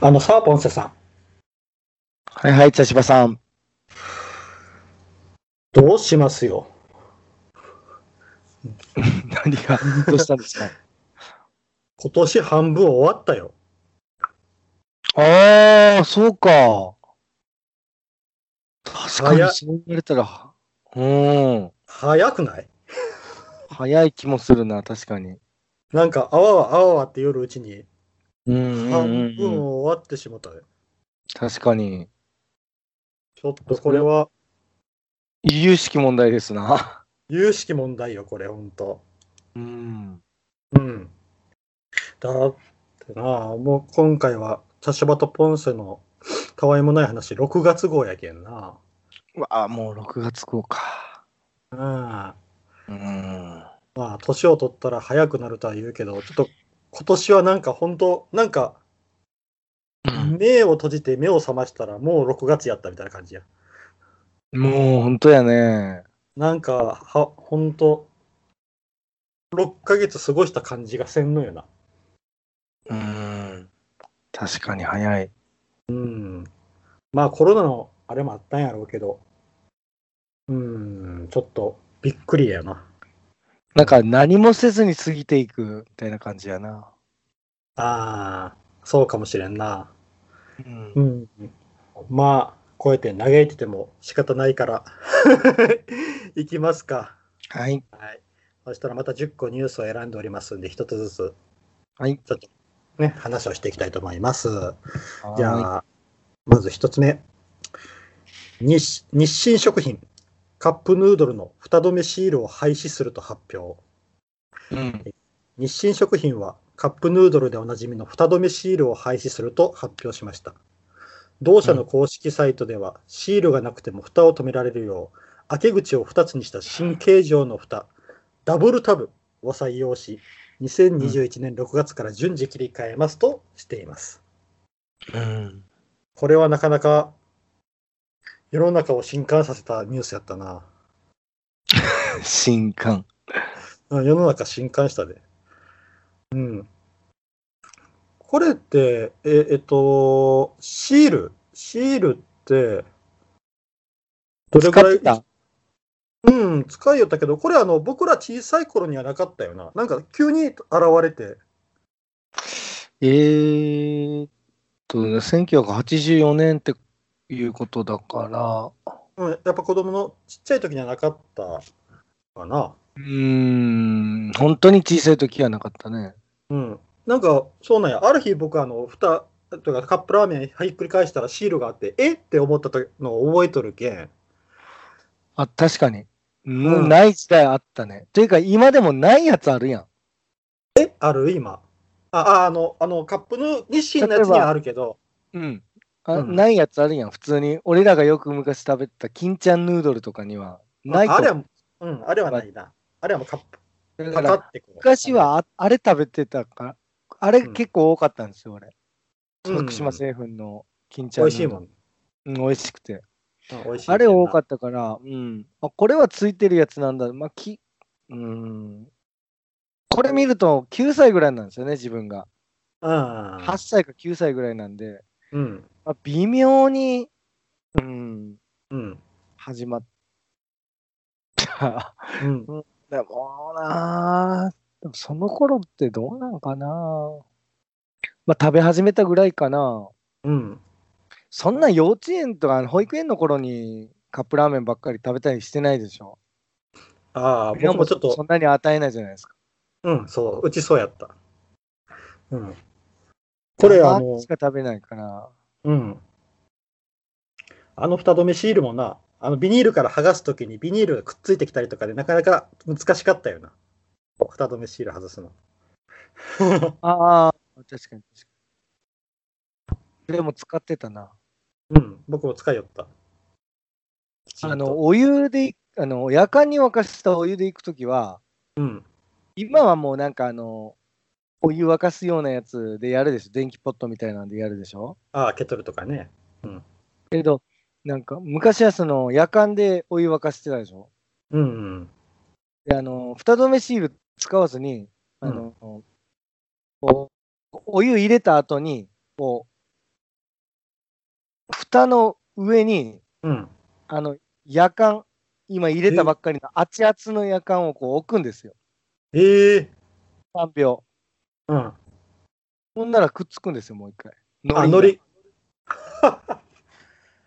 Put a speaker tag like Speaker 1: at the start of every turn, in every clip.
Speaker 1: あの、サーポンセさん、
Speaker 2: はいはい、茶芝さん。
Speaker 1: どうしますよ。
Speaker 2: 何が、どうしたんですか
Speaker 1: 今年半分終わったよ。
Speaker 2: ああ、そうか。確かにそう言われたら、うん、
Speaker 1: 早くない
Speaker 2: 早い気もするな、確かに。
Speaker 1: なんか、あわわあわわって夜うちに、
Speaker 2: うんうん
Speaker 1: 半
Speaker 2: うん
Speaker 1: 分
Speaker 2: うん、
Speaker 1: 終わってしまったよ。
Speaker 2: 確かに。
Speaker 1: ちょっとこれは、
Speaker 2: 由々しき問題ですな。
Speaker 1: 有識問題よ、これ、ほんと。
Speaker 2: うん。
Speaker 1: うん。だってなもう今回は、茶芝とポンセのたわいもない話、6月号やけんな。
Speaker 2: うわあ、もう6月号か。
Speaker 1: うん。ま
Speaker 2: うん。
Speaker 1: あ、年を取ったら早くなるとは言うけど、ちょっと今年はなんか本当なんか、目を閉じて目を覚ましたらもう6月やったみたいな感じや。
Speaker 2: もう本当やね。
Speaker 1: なんか、は、ほんと、6ヶ月過ごした感じがせんのよな。
Speaker 2: うん。確かに早い。
Speaker 1: うん。まあコロナのあれもあったんやろうけど、うん、ちょっとびっくりやな。
Speaker 2: なんか何もせずに過ぎていくみたいな感じやな。
Speaker 1: ああ、そうかもしれんな。
Speaker 2: うん
Speaker 1: うん。まあ、こうやって嘆いてても仕方ないから、 いきますか。
Speaker 2: はい。
Speaker 1: はい。そしたらまた10個ニュースを選んでおりますんで、一つずつ、
Speaker 2: はい。
Speaker 1: ちょっとね、話をしていきたいと思います。じ
Speaker 2: は
Speaker 1: ゃあ、まず一つ目。日日清食品、カップヌードルの蓋止めシールを廃止すると発表。
Speaker 2: い、うん。
Speaker 1: 日清食品はカップヌードルでおなじみの蓋止めシールを廃止すると発表しました。同社の公式サイトでは、シールがなくても蓋を止められるよう、開け口を2つにした新形状の蓋、ダブルタブを採用し、2021年6月から順次切り替えますとしています。
Speaker 2: うん。
Speaker 1: これはなかなか世の中を震撼させたニュースやったな。
Speaker 2: 新刊。
Speaker 1: うん世の中震撼したで。うん。これって、え、えっと、シール、シールって、どれぐらい
Speaker 2: 使って
Speaker 1: うん、使いよったけど、これあの、僕ら小さい頃にはなかったよな。なんか急に現れて、
Speaker 2: えーっと、1984年っていうことだから、
Speaker 1: うん、やっぱ子供のちっちゃい時にはなかったかな。
Speaker 2: うーん、本当に小さい時はなかったね。
Speaker 1: うん、なんかそうなんやある日僕あの蓋とかカップラーメンひっくり返したらシールがあってえって思ったのを覚えとるけん
Speaker 2: あ、確かに。うん
Speaker 1: うん
Speaker 2: ない時代あったね。というか、今でもないやつあるやん。
Speaker 1: えある今あああのあのカップの日清のやつにはあるけど
Speaker 2: うん。あ
Speaker 1: うん
Speaker 2: ないやつあるやん、普通に。俺らがよく昔食べてた金ちゃんヌードルとかには。ないと
Speaker 1: ああれは、うん、あれはないなあれはもうカップ
Speaker 2: だか
Speaker 1: パカ
Speaker 2: ら
Speaker 1: ってこう
Speaker 2: 昔はああれ食べてたから、あれ
Speaker 1: うん
Speaker 2: 結構多かったんですよ、俺。
Speaker 1: うん
Speaker 2: 徳島製粉の金ちゃ
Speaker 1: 美
Speaker 2: ん
Speaker 1: 味しいもん、
Speaker 2: ん。うん、美味しくて。
Speaker 1: うん、美味しい
Speaker 2: あれ多か
Speaker 1: っ
Speaker 2: ったから、うん。あ、これはついてるやつなんだ。まあ、き、うん。これ見ると9歳ぐらいなんですよね、自分が。
Speaker 1: たな
Speaker 2: 8歳か9歳ぐらいなんで、
Speaker 1: うんうん
Speaker 2: まあ、微妙に、うん、
Speaker 1: うん
Speaker 2: 始まった。
Speaker 1: うん
Speaker 2: でもなあでもその頃ってどうなんかなまあ、食べ始めたぐらいかな。
Speaker 1: うん
Speaker 2: そんな幼稚園とか保育園の頃にカップラーメンばっかり食べたりしてないでしょ。
Speaker 1: ああ僕もちょっ
Speaker 2: そ
Speaker 1: と
Speaker 2: んなに与えないじゃないですか。
Speaker 1: うんそううちそうやったうんこれ
Speaker 2: 生
Speaker 1: あの
Speaker 2: しか食べないから。
Speaker 1: うん。あの蓋止めシールもな、あのビニールから剥がすときにビニールがくっついてきたりとかでなかなか難しかったよな。蓋止めシール外すの。
Speaker 2: ああ、確かに確かに。でも使ってたな。
Speaker 1: うん、僕も使いよった。きちんと
Speaker 2: あの、、お湯で、あの、夜間に沸かしたお湯で行くときは、
Speaker 1: うん、
Speaker 2: 今はもうなんかあの、お湯沸かすようなやつでやるでしょ。電気ポットみたいなんでやるでしょ。
Speaker 1: ああ、ケトルとかね。うん、
Speaker 2: けど、なんか昔はその夜間でお湯沸かしてたでしょ。
Speaker 1: うん、
Speaker 2: で、あの、蓋止めシール使わずに、あの、こうお湯入れた後に、こ蓋の上に、
Speaker 1: うん。
Speaker 2: あの、夜間、今入れたばっかりの熱々の夜間をこう置くんですよ。
Speaker 1: ええ
Speaker 2: 3秒。
Speaker 1: うん。
Speaker 2: ほんならくっつくんですよ、もう一回。
Speaker 1: あ、のり。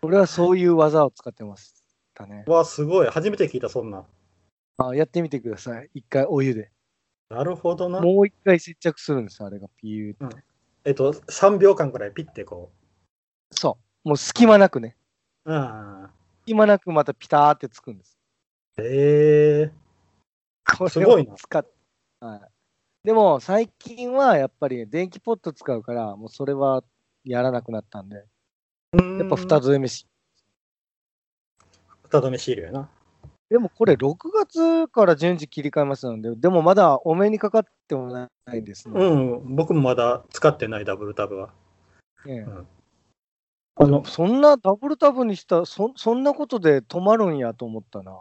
Speaker 2: 俺はそういう技を使ってましたね。
Speaker 1: わ、すごい。初めて聞いた、そんな。
Speaker 2: あやってみてください。一回お湯で。
Speaker 1: なるほどな。
Speaker 2: もう一回接着するんですよ、あれがピューって。
Speaker 1: えっと、3秒間くらいピッてこ
Speaker 2: そう。もう隙間なくね。
Speaker 1: う。うん。
Speaker 2: 隙間なくまたピターってつくんです。
Speaker 1: ええ
Speaker 2: こ
Speaker 1: す
Speaker 2: れを
Speaker 1: ごいな
Speaker 2: 使っはい。でも最近はやっぱり電気ポット使うから、もうそれはやらなくなったんで、
Speaker 1: ー。
Speaker 2: やっぱ蓋
Speaker 1: つ。
Speaker 2: 添え飯。
Speaker 1: 蓋止めシールやな。
Speaker 2: でもこれ6月から順次切り替えますので、でもまだお目にかかってもないですね。
Speaker 1: うん。僕もまだ使ってないダブルタブは。
Speaker 2: ええ
Speaker 1: うんあの、
Speaker 2: そんなダブルタブにしたそ、そんなことで止まるんやと思ったな。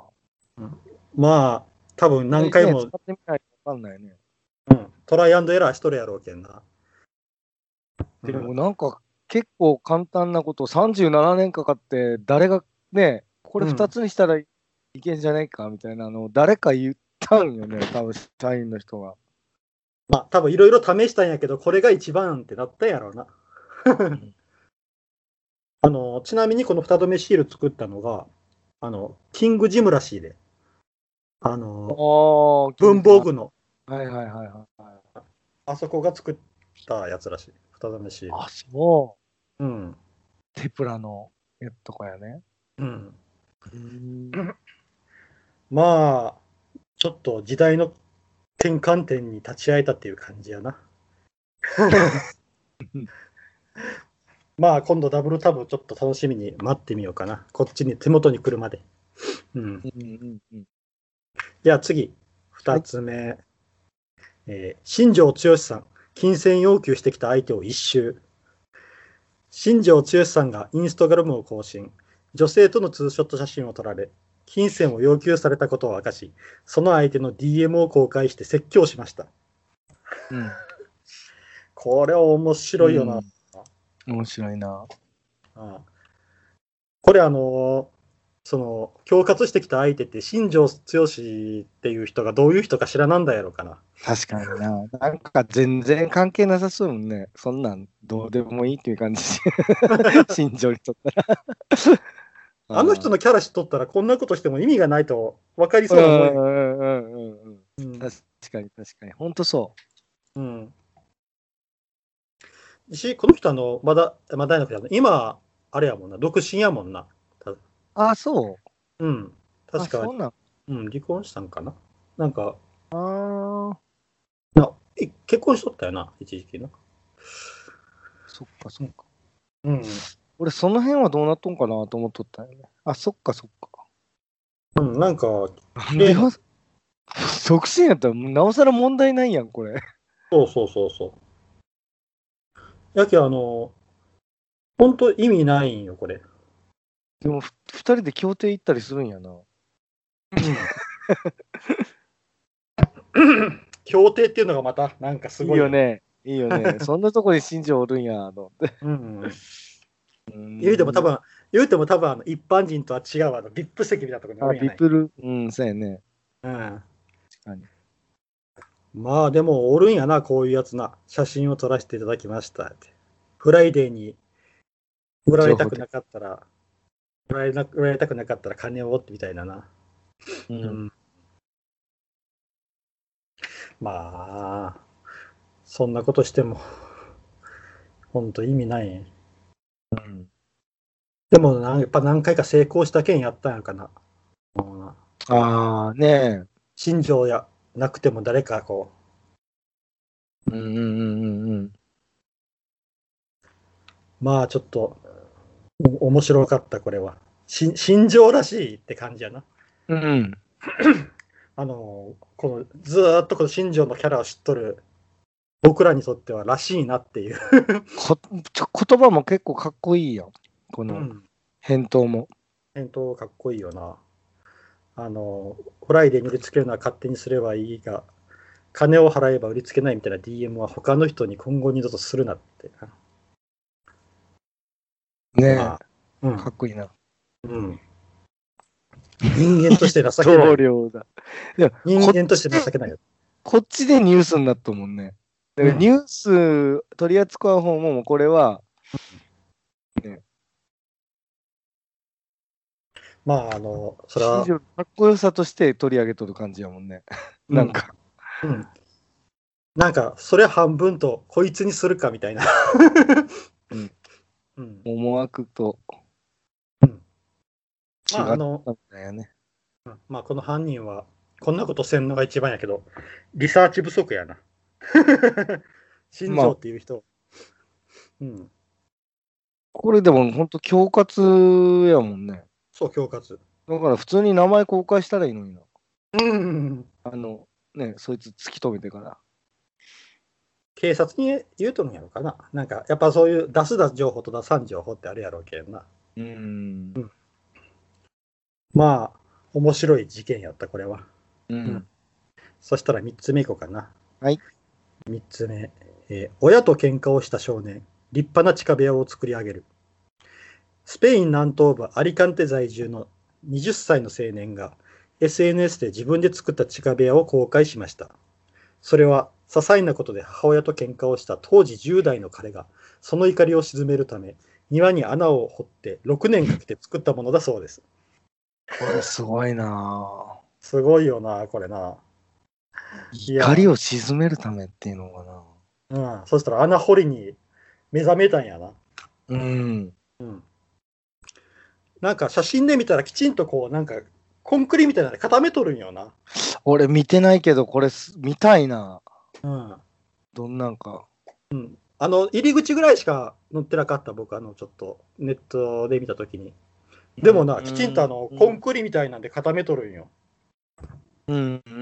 Speaker 1: まあ、多分何回
Speaker 2: ね
Speaker 1: も、
Speaker 2: 使ってみないと分かんないね。
Speaker 1: うん、トライアンドエラーしとるやろうけんな。
Speaker 2: で
Speaker 1: う
Speaker 2: も
Speaker 1: ん
Speaker 2: なんか結構簡単なこと、37年かかって、誰がね、これ
Speaker 1: うん
Speaker 2: 2つにしたらいけんじゃないかみたいなのを誰か言ったん よね、多分社員の人が。
Speaker 1: まあ、多分いろいろ試したんやけど、これが一番ってなったんやろうな。あの、ちなみにこの蓋止めシール作ったのが、あの、キングジムらしいで。あ
Speaker 2: あ
Speaker 1: の、
Speaker 2: ー
Speaker 1: 文房具の、
Speaker 2: はいはいはいはい。
Speaker 1: あそこが作ったやつらしい。蓋止めシール。
Speaker 2: あ、そ
Speaker 1: うん。
Speaker 2: う。テプラのやつとかやね。
Speaker 1: うん。まあ、ちょっと時代の転換点に立ち会えたっていう感じやな。まあ、今度ダブルタブちょっと楽しみに待ってみようかな。こっちに手元に来るまで。うん。
Speaker 2: うんうんうん
Speaker 1: じゃあ次、二つ目。えー新庄剛志さん、金銭要求してきた相手を一周。新庄剛志さんがインスタグラムを更新。女性とのツーショット写真を撮られ、金銭を要求されたことを明かし、その相手の DM を公開して説教しました。
Speaker 2: うん。
Speaker 1: これは面白いよな。
Speaker 2: うん面白いな。
Speaker 1: ああこれあのーその恐喝してきた相手って新庄剛志っていう人がどういう人か知らなんだやろうかな。
Speaker 2: 確かにな。なんか全然関係なさそうもんね。そんなんどうでもいいっていう感じ。 心情にとったら。
Speaker 1: あの人のキャラ知っとったらこんなことしても意味がないと分かり
Speaker 2: う
Speaker 1: そうんな
Speaker 2: う
Speaker 1: もん
Speaker 2: んうんうんうん。
Speaker 1: うん
Speaker 2: 確かに確かに。本当そ
Speaker 1: うんし、この人あの、まだ、まだ大学だ今、あれやもんな、独身やもんな。
Speaker 2: う。あ、そう。
Speaker 1: うん。確
Speaker 2: あ
Speaker 1: か
Speaker 2: そ、うなん。
Speaker 1: うん、離婚したんかな。なんか、
Speaker 2: あ
Speaker 1: なえ結婚しとったよな、一時期な。
Speaker 2: あ、そっかそっか。
Speaker 1: うん。
Speaker 2: 俺その辺はどうなっとんかなと思っとったよね。あ、そっかそっか。
Speaker 1: うん、なんか、
Speaker 2: い や促進やったらなおさら問題ないやん、これ。
Speaker 1: そうそうそうそう。やけ、あの、本当意味ないんよ、これ。
Speaker 2: でもふ二人で協定行ったりするんやな。
Speaker 1: 協定っていうのがまた、なんかす
Speaker 2: いい
Speaker 1: ごい。
Speaker 2: よ。ね。いいよね。 そんなとこに新庄おるんやと思って。
Speaker 1: うん。言うても多分、言うても多分、あの一般人とは違う、あの、ビップ席みたいなところに
Speaker 2: あ、
Speaker 1: おるん
Speaker 2: ビ
Speaker 1: やない
Speaker 2: ップル、うん、そうやね。
Speaker 1: うん。
Speaker 2: 確かに。
Speaker 1: まあ、でも、おるんやな、こういうやつな。写真を撮らせていただきましたって。フライデーに、売られたくなかったら、売られな売られたくなかったら金をってみたいなな。
Speaker 2: うん、
Speaker 1: まあ、そんなことしても、ほんと意味ない。でもな、やっぱ何回か成功した件やったんやかな。うん
Speaker 2: ああ、ね
Speaker 1: 新庄やなくても誰かこ
Speaker 2: え。うんうんうんうんうん。
Speaker 1: う、まあちょっと、お面白かった、これは。し新庄らしいって感じやな。
Speaker 2: うん。
Speaker 1: あの、このずーっとこの新庄のキャラを知っとる、僕らにとってはらしいなっていう。
Speaker 2: こちょ言葉も結構かっこいいよ。こ
Speaker 1: う
Speaker 2: の
Speaker 1: ん
Speaker 2: 返答も。
Speaker 1: 返答かっこいいよな。あの、フライデーに売りつけるのは勝手にすればいいが、金を払えば売りつけないみたいな DM は他の人に今後二度とするなって。
Speaker 2: ねえ。
Speaker 1: まあうん
Speaker 2: かっこいいな。
Speaker 1: うん、人間と して情けな
Speaker 2: 同
Speaker 1: い。
Speaker 2: 僚だ。
Speaker 1: 人間として情けないよ。
Speaker 2: こっちでニュースになったもんね。だか
Speaker 1: う
Speaker 2: ら
Speaker 1: ん
Speaker 2: ニュース取り扱う方も、もうこれは、
Speaker 1: まあ、あの、それ
Speaker 2: 新
Speaker 1: は、
Speaker 2: 庄のかっこよさとして取り上げとる感じやもんね。なんか、
Speaker 1: うん、うんなんか、それ半分と、こいつにするかみたいな。
Speaker 2: うん
Speaker 1: うん。
Speaker 2: 思惑と
Speaker 1: うん
Speaker 2: 違
Speaker 1: ま
Speaker 2: っ
Speaker 1: あ、
Speaker 2: た
Speaker 1: あ
Speaker 2: ん
Speaker 1: の、
Speaker 2: だよね。
Speaker 1: うんまあ、この犯人は、こんなことせんのが一番やけど、リサーチ不足やな。 新庄っていう人。うん。
Speaker 2: これでも本当恐喝やもんね。
Speaker 1: そう、恐喝。
Speaker 2: だから普通に名前公開したらいいのにな。
Speaker 1: うん。
Speaker 2: あの、ね、そいつ突き止めてから。
Speaker 1: 警察に言うとるんやろかな。なんか、やっぱそういう出す出す情報と出さん情報ってあるやろうけんな。
Speaker 2: うん。
Speaker 1: まあ、面白い事件やった、これは。
Speaker 2: うん。
Speaker 1: そしたら3つ目いこうかな。
Speaker 2: はい。
Speaker 1: 3つ目、えー親と喧嘩をした少年、立派な近部屋を作り上げる。スペイン南東部アリカンテ在住の20歳の青年が SNS で自分で作った近部屋を公開しました。それは些細なことで母親と喧嘩をした当時10代の彼がその怒りを鎮めるため庭に穴を掘って6年かけて作ったものだそうです。
Speaker 2: これすごいな
Speaker 1: すごいよな、これな。
Speaker 2: ぁ。
Speaker 1: いや
Speaker 2: 怒りを鎮めるためっていうのかな。
Speaker 1: うん、そしたら穴掘りに目覚めたんやな。
Speaker 2: うん。
Speaker 1: うん。なんか写真で見たらきちんとこう、なんかコンクリみたいなので固めとるんよな。
Speaker 2: 俺見てないけど、これす見たいな。
Speaker 1: うん。
Speaker 2: どんなんか。
Speaker 1: あの、入り口ぐらいしか載ってなかった僕、あの、ちょっとネットで見たときに。でもな、
Speaker 2: うん
Speaker 1: きちんとあの、コンクリみたいなんで固めとるんよ。
Speaker 2: うんうんう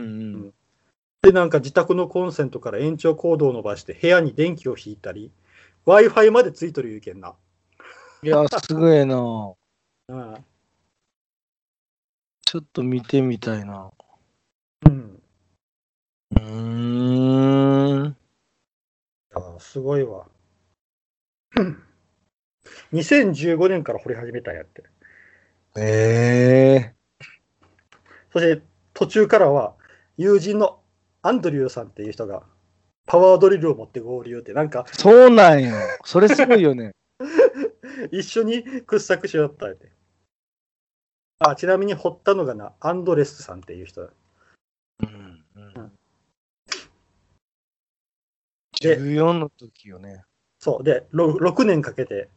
Speaker 2: ん。
Speaker 1: で、なんか自宅のコンセントから延長コードを伸ばして部屋に電気を引いたり、Wi-Fi までついとるいうけんな。
Speaker 2: いや、すごいなぁ。
Speaker 1: うん。
Speaker 2: ちょっと見てみたいな。
Speaker 1: うん。
Speaker 2: うーん。
Speaker 1: あーすごいわ。2015年から掘り始めたんやって。
Speaker 2: ええ
Speaker 1: そして途中からは友人のアンドリューさんっていう人がパワードリルを持って合流ってなんか
Speaker 2: そうなんよ。それすごいよね。
Speaker 1: 一緒に掘削しよったんやて。あちなみに掘ったのがなアンドレスさんっていう人だ。
Speaker 2: うん
Speaker 1: うんで
Speaker 2: 14の時よね。
Speaker 1: そうで 6, 年かけて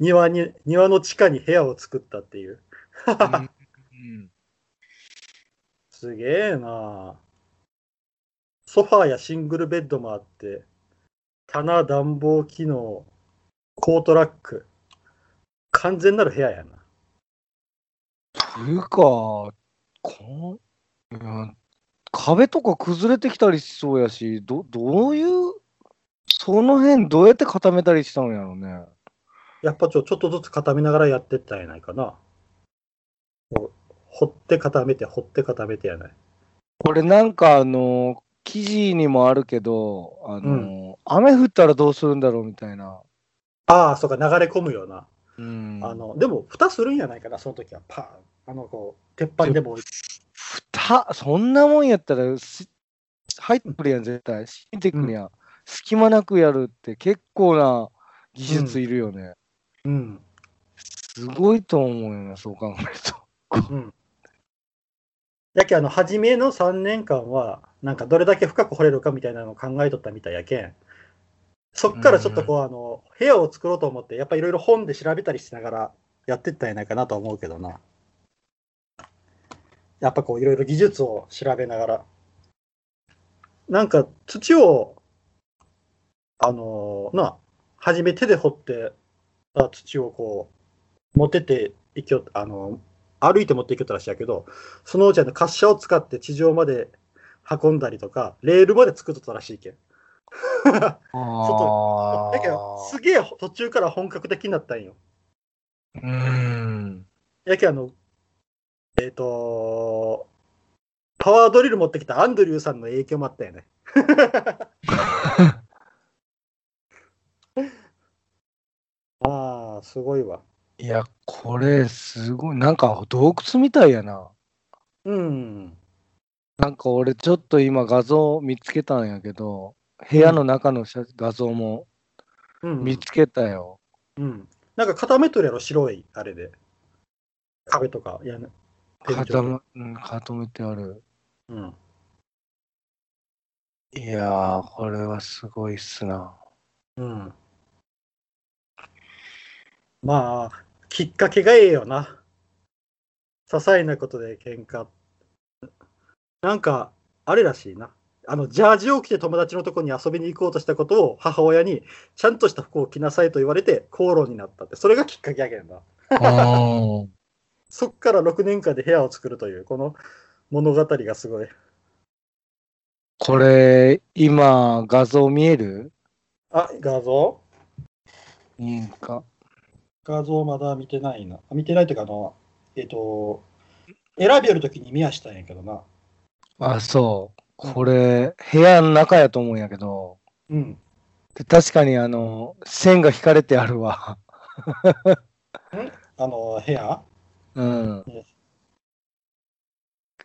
Speaker 1: 庭に庭の地下に部屋を作ったっていう。
Speaker 2: うん
Speaker 1: すげえなあソファーやシングルベッドもあって、棚、暖房機能、コートラック。完全なる部屋やな。
Speaker 2: というか、この、うん、壁とか崩れてきたりしそうやし、どどういう、その辺どうやって固めたりしたんやろうね。
Speaker 1: やっぱちょちょっとずつ固めながらやってったんやないかな。こう掘って固めて、掘って固めてやない。
Speaker 2: これなんかあの、記事にもあるけど、あの、雨降ったらどうするんだろうみたいな。
Speaker 1: ああ、そうか、流れ込むような。
Speaker 2: うん、
Speaker 1: あの、でも、蓋するんやないかな、その時は。パーン。あの、こう、鉄板でも置いて。
Speaker 2: 蓋、そんなもんやったらし、入ってくるやん、絶対。閉めてくるやん。隙間なくやるって結構な技術いるよね。
Speaker 1: うん。
Speaker 2: すごいと思うよね、そう考えると。
Speaker 1: うん。やけあの初めの3年間はなんかどれだけ深く掘れるかみたいなのを考えとったみたいやけんそっからちょっとこう、あの部屋を作ろうと思ってやっぱいろいろ本で調べたりしながらやってったんやないかなとは思うけどなやっぱこういろいろ技術を調べながらなんか土をあのな初め手で掘ってあ土をこう持ってっていきよあの歩いて持っていけたらしいやけど、そのうちあの滑車を使って地上まで運んだりとか、レールまで作っとったらしいけん。
Speaker 2: あ
Speaker 1: だけど、すげえ途中から本格的になったんよ。
Speaker 2: うん。
Speaker 1: やけんあの、えっ、とパワードリル持ってきたアンドリューさんの影響もあったよね。 ああ、すごいわ。
Speaker 2: いや、これ、すごい。なんか、洞窟みたいやな。
Speaker 1: うん。
Speaker 2: なんか俺、ちょっと今、画像見つけたんやけど、部屋の中の写画像も
Speaker 1: うん
Speaker 2: 見つけたよ。
Speaker 1: うん。なんか固めとるやろ、白い、あれで。壁とか、屋根天井とか
Speaker 2: 固めうん固めてある。
Speaker 1: うん。
Speaker 2: いやー、これはすごいっすな。
Speaker 1: うん。まあ、きっかけがええよな。些細なことで喧嘩。なんか、あれらしいな。あの、ジャージを着て友達のとこに遊びに行こうとしたことを母親に、ちゃんとした服を着なさいと言われて口論になったって、それがきっかけやけんな。
Speaker 2: うん
Speaker 1: そっから6年間で部屋を作るという、この物語がすごい。
Speaker 2: これ、今、画像見える
Speaker 1: あ、画像
Speaker 2: いいんか。
Speaker 1: 画像まだ見てないな。あ見てないというか、あの、えっ、と、選びよるときに見やしたんやけどな。
Speaker 2: あ、そう。これ、部屋の中やと思うんやけど、
Speaker 1: うん。
Speaker 2: で確かに、あの、線が引かれてあるわ。
Speaker 1: あの、部屋
Speaker 2: うん
Speaker 1: うん。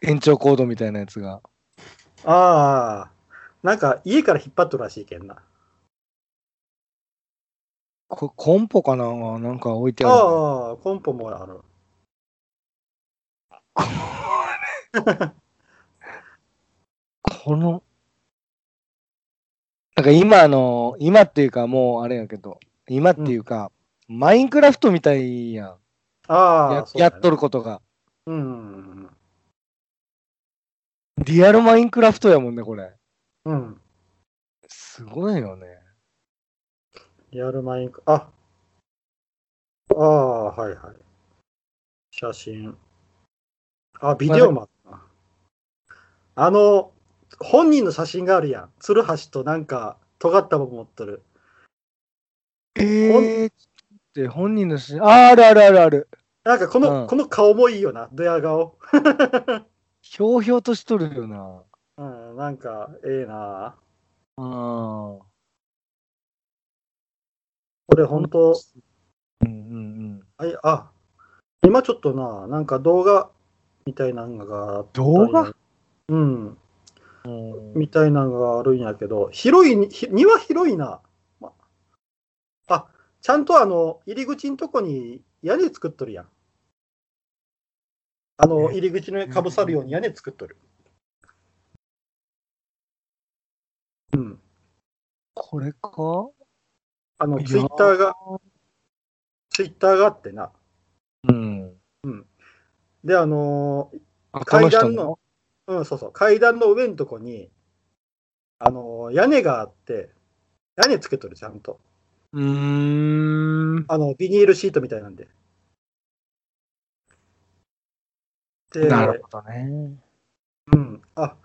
Speaker 2: 延長コードみたいなやつが。
Speaker 1: ああ、なんか家から引っ張っとるらしいけんな。
Speaker 2: こコンポかななんか置いてあるね、
Speaker 1: ああ、コンポもある。
Speaker 2: これこの、なんか今あの、今っていうかもうあれやけど、今っていうか、マインクラフトみたいやん。
Speaker 1: あ
Speaker 2: や
Speaker 1: あ、そう
Speaker 2: や
Speaker 1: だね
Speaker 2: っとる。ことが。
Speaker 1: うん。
Speaker 2: リアルマインクラフトやもんね、これ。
Speaker 1: うん。
Speaker 2: すごいよね。
Speaker 1: リアルマインク、あああ、はいはい。写真。あ、ビデオもあったな。あの、本人の写真があるやん。ツルハシとなんか、尖ったもん持っとる。
Speaker 2: えー、って本人のし、あ、あるあるあるある。
Speaker 1: なんかこの、
Speaker 2: うん
Speaker 1: この顔もいいよな、ドヤ顔。
Speaker 2: ひょうひょうとしとるよな。
Speaker 1: うん、なんか、ええな。
Speaker 2: うん。
Speaker 1: これ本当、
Speaker 2: うんうんうん。
Speaker 1: あいあ、今ちょっとな、なんか動画みたいなのがあったんや
Speaker 2: 動画
Speaker 1: うん、
Speaker 2: うん
Speaker 1: みたいなのがあるんやけど、広いに、ひ庭広いな。まあ、ちゃんとあの、入り口のとこに屋根作っとるやん。あの、
Speaker 2: え
Speaker 1: 入り口のかぶさるように屋根作っとる。うん。
Speaker 2: これか
Speaker 1: あの、
Speaker 2: いやー
Speaker 1: ツイッターが、ツイッターがあってな。
Speaker 2: うん。
Speaker 1: で、あのー
Speaker 2: あ
Speaker 1: 階
Speaker 2: こ
Speaker 1: 段の、うん、そうそう、階段の上のとこに、あのー、屋根があって、屋根つけとる、ちゃんと。
Speaker 2: 人もうーん。
Speaker 1: あの、ビニールシートみたいなんで。で、
Speaker 2: なるほどね。
Speaker 1: うん、あ、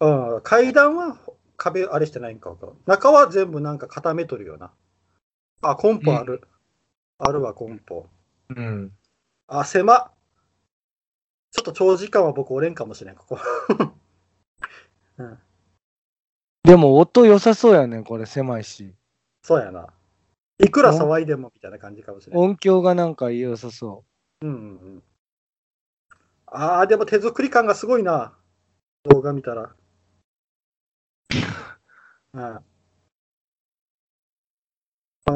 Speaker 1: うん、階段は壁あれしてないんかわからん中は全部なんか固めとるよな。あ、コンポある。あるわ、コンポ。
Speaker 2: うん。
Speaker 1: あ、狭っちょっと長時間は僕おれんかもしれん、ここ。 うん、
Speaker 2: でも音良さそうやね、これ狭いし。
Speaker 1: そうやな。いくら騒いでもみたいな感じかもしれない。
Speaker 2: 音響がなんか良さそ
Speaker 1: うんうんうん、ああ、でも手作り感がすごいな。動画見た ら。うん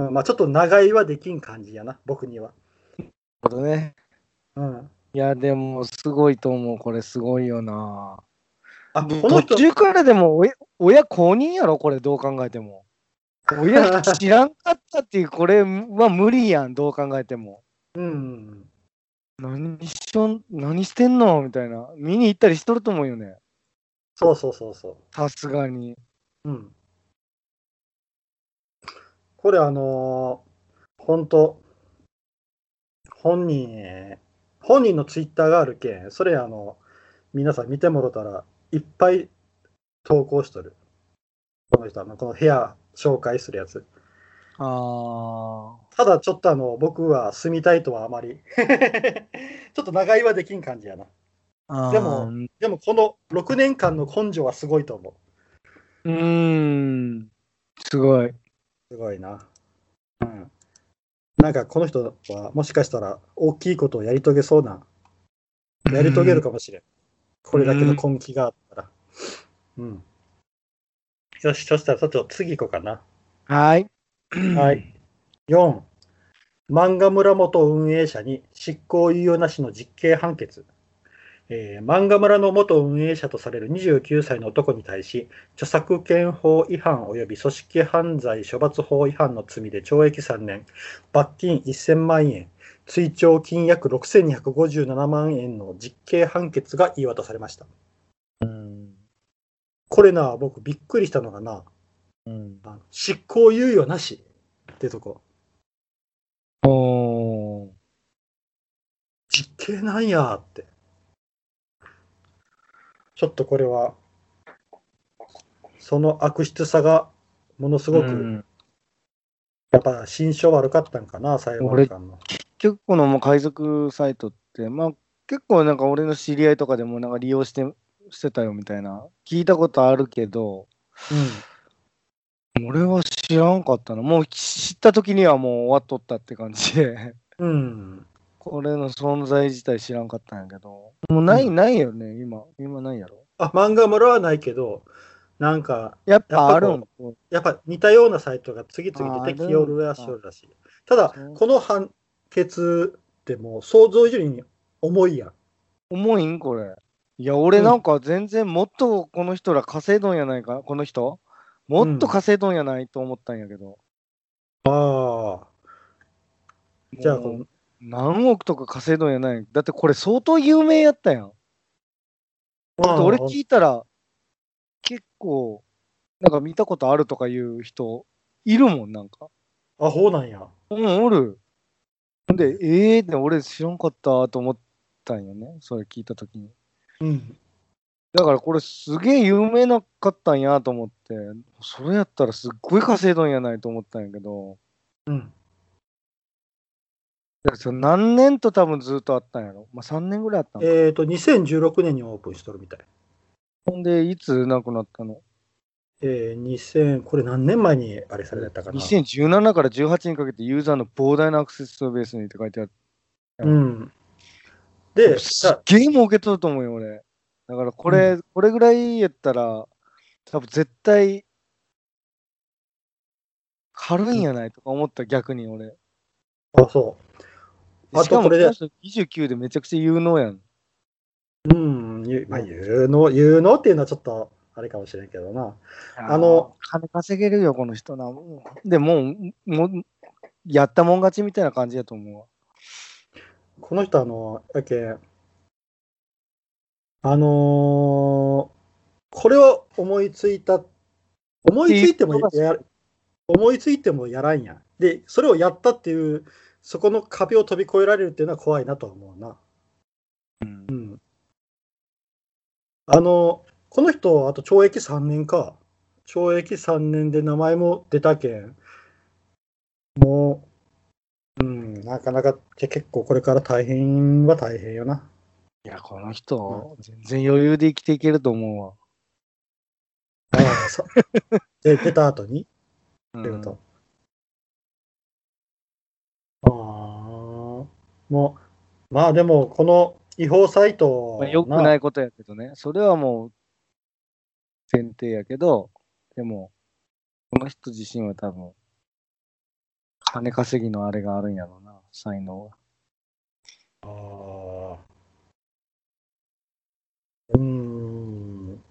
Speaker 1: うん、まあちょっと長居はできん感じやな、僕には。
Speaker 2: う。なるほどね。
Speaker 1: うん、
Speaker 2: いや、でもすごいと思う。これすごいよな。
Speaker 1: あ、この人、
Speaker 2: 途中からでも親親公認やろ、これどう考えても。親知らんかったっていう、これは無理やん、どう考えても。
Speaker 1: うんうん、
Speaker 2: 何しょん、何してんのみたいな。見に行ったりしとると思うよね。
Speaker 1: そうそうそうそ
Speaker 2: さすがに。
Speaker 1: う。うん、これ、あのー、本当本人、本人のツイッターがあるけん、それ、あの、皆さん見てもろたらいっぱい投稿しとる。この人、あの、この部屋紹介するやつ。
Speaker 2: ああ。
Speaker 1: ただちょっとあの、僕は住みたいとはあまり。 ちょっと長居はできん感じやな。
Speaker 2: あー
Speaker 1: でも
Speaker 2: う
Speaker 1: でもこの6年間の根性はすごいと思
Speaker 2: ーん、すごい。
Speaker 1: う。すごいな。うん。なんかこの人はもしかしたら大きいことをやり遂げそうな、やり遂げるかもしれん。これだけの根気があったら。うん。よし、そしたらちょっと次行こうかな。
Speaker 2: はい。
Speaker 1: はい。4、漫画村元運営者に執行猶予なしの実刑判決。えー漫画村の元運営者とされる29歳の男に対し、著作権法違反及び組織犯罪処罰法違反の罪で懲役3年、罰金1000万円、追徴金約6257万円の実刑判決が言い渡されました。
Speaker 2: うん。
Speaker 1: これな、僕びっくりしたのがな、
Speaker 2: うん。
Speaker 1: あの執行猶予なしってとこ。
Speaker 2: おー
Speaker 1: 実刑なんやーって。ちょっとこれは、その悪質さがものすご
Speaker 2: う
Speaker 1: く、
Speaker 2: ん
Speaker 1: やっぱ心証悪かったんかな、裁判官の。
Speaker 2: 結構のもう海賊サイトって、まあ結構なんか俺の知り合いとかでもなんか利用してしてたよみたいな、聞いたことあるけど、俺は知らんかったな。もう知った時にはもう終わっとったって感じで。
Speaker 1: うん。うん。
Speaker 2: これの存在自体知らんかったんやけど。もうない、
Speaker 1: うん
Speaker 2: ないよね、今。今ないやろ。
Speaker 1: あ、漫画村はないけど、なんか、
Speaker 2: やっぱある
Speaker 1: やっ
Speaker 2: ん
Speaker 1: ぱ。やっぱ似たようなサイトが次々出てきよるらしいらしい。ただ
Speaker 2: そう、
Speaker 1: この判決ってもう想像以上に重いやん。
Speaker 2: 重いんこれ。いや、俺なんか全然もっとこの人ら稼いどんやないか、この人。もっと稼いどんやないと思ったんやけど。
Speaker 1: ああ。じゃあ、こ
Speaker 2: もう
Speaker 1: の
Speaker 2: 何億とか稼いどんやない。だってこれ相当有名やったやん。だって俺聞いたら、結構、なんか見たことあるとかいう人、いるもん、なんか。
Speaker 1: あ、ほうなんや。
Speaker 2: うん、おる。で、ええー、って俺知らんかったと思ったんよね、それ聞いたときに。
Speaker 1: うん。
Speaker 2: だからこれすげえ有名なかったんやと思って、それやったらすっごい稼いどんやないと思ったんやけど、
Speaker 1: うん。
Speaker 2: だからそれ何年と多分ずっとあったんやろ。まあ3年ぐらいあったんか
Speaker 1: えっ、と、2016年にオープンしとるみたい。
Speaker 2: ほんで、いつ亡くなったの
Speaker 1: えー、2000、これ何年前にあれされたかな。
Speaker 2: ?2017 から18にかけてユーザーの膨大なアクセス数をベースにって書いてある。
Speaker 1: うん。で、
Speaker 2: すっげえ儲けとると思うよ、俺。だからこれ、これぐらいやったら、多分絶対、軽いんやないとか思った、逆に俺。
Speaker 1: あ、あそう。あと
Speaker 2: しかも
Speaker 1: これで
Speaker 2: この人29でめちゃくちゃ有能やん。
Speaker 1: うん、ゆまあ、有能、有能っていうのはちょっとあれかもしれんけどな。あの、
Speaker 2: 金稼げるよ、この人な。もうでもう、もう、やったもん勝ちみたいな感じやと思うわ。
Speaker 1: この人、あの、やけ、あのーこれを思いついた、思いついても
Speaker 2: っていう
Speaker 1: や、思いついてもやらんやん。で、それをやったっていう、そこの壁を飛び越えられるっていうのは怖いなとは思うな。
Speaker 2: うん
Speaker 1: うん。あの、この人、あと懲役3年か。懲役3年で名前も出たけん。もう、うん、なかなか、け結構これから大変は大変よな。
Speaker 2: いや、この人、全然余裕で生きていけると思うわ。
Speaker 1: ああ そで、出た後に
Speaker 2: う
Speaker 1: ってこ
Speaker 2: ん
Speaker 1: と。ああ、もう、まあでも、この違法サイト。
Speaker 2: まあ、よくないいことやけどね、それはもう前提やけど、でも、この人自身は多分、金稼ぎのあれがあるんやろうな、才能が。
Speaker 1: あーうーん。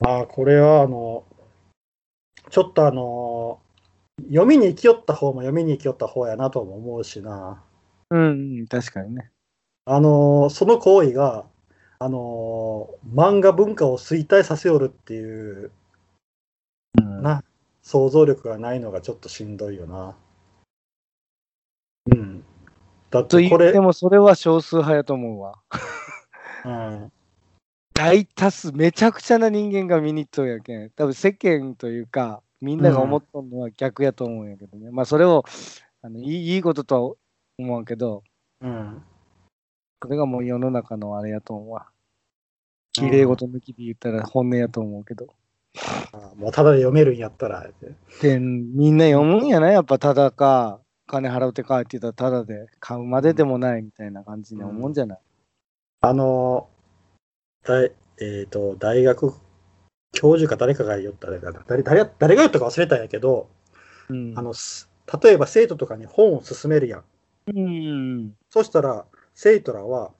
Speaker 1: まあ、これは、あの、ちょっとあの、読みに行きよった方も読みに行きよった方やなとも思うしな。
Speaker 2: うん、うん、確かにね。
Speaker 1: あの、その行為が、あの、漫画文化を衰退させよるっていう
Speaker 2: うん、
Speaker 1: な、想像力がないのがちょっとしんどいよな。うん。だっ
Speaker 2: と
Speaker 1: て
Speaker 2: 言
Speaker 1: こ
Speaker 2: っ
Speaker 1: れ
Speaker 2: て、も、それは少数派やと思うわ。
Speaker 1: うん。
Speaker 2: 大多数、めちゃくちゃな人間が見に行っとるやけん。多分世間というか、みんなが思っとるのは逆やと思うんやけどね。まあ、それをあのいいいいこととは思うけど、
Speaker 1: うん。
Speaker 2: これがもう世の中のあれやと思うわ。綺麗事抜きで言ったら本音やと思うけど。
Speaker 1: あもうただで読めるんやったら。
Speaker 2: で、みんな読むんやな、やっぱただか、金払うて買えって言ったらタダで買うまででもないみたいな感じに思うんじゃない、
Speaker 1: あの、だいえっ、と、大学教授か誰かが言った、誰か誰誰や誰が言ったか忘れたんやけど、
Speaker 2: うん、
Speaker 1: あの、す例えば生徒とかに本を勧めるやん。
Speaker 2: うん
Speaker 1: そしたら、生徒らは、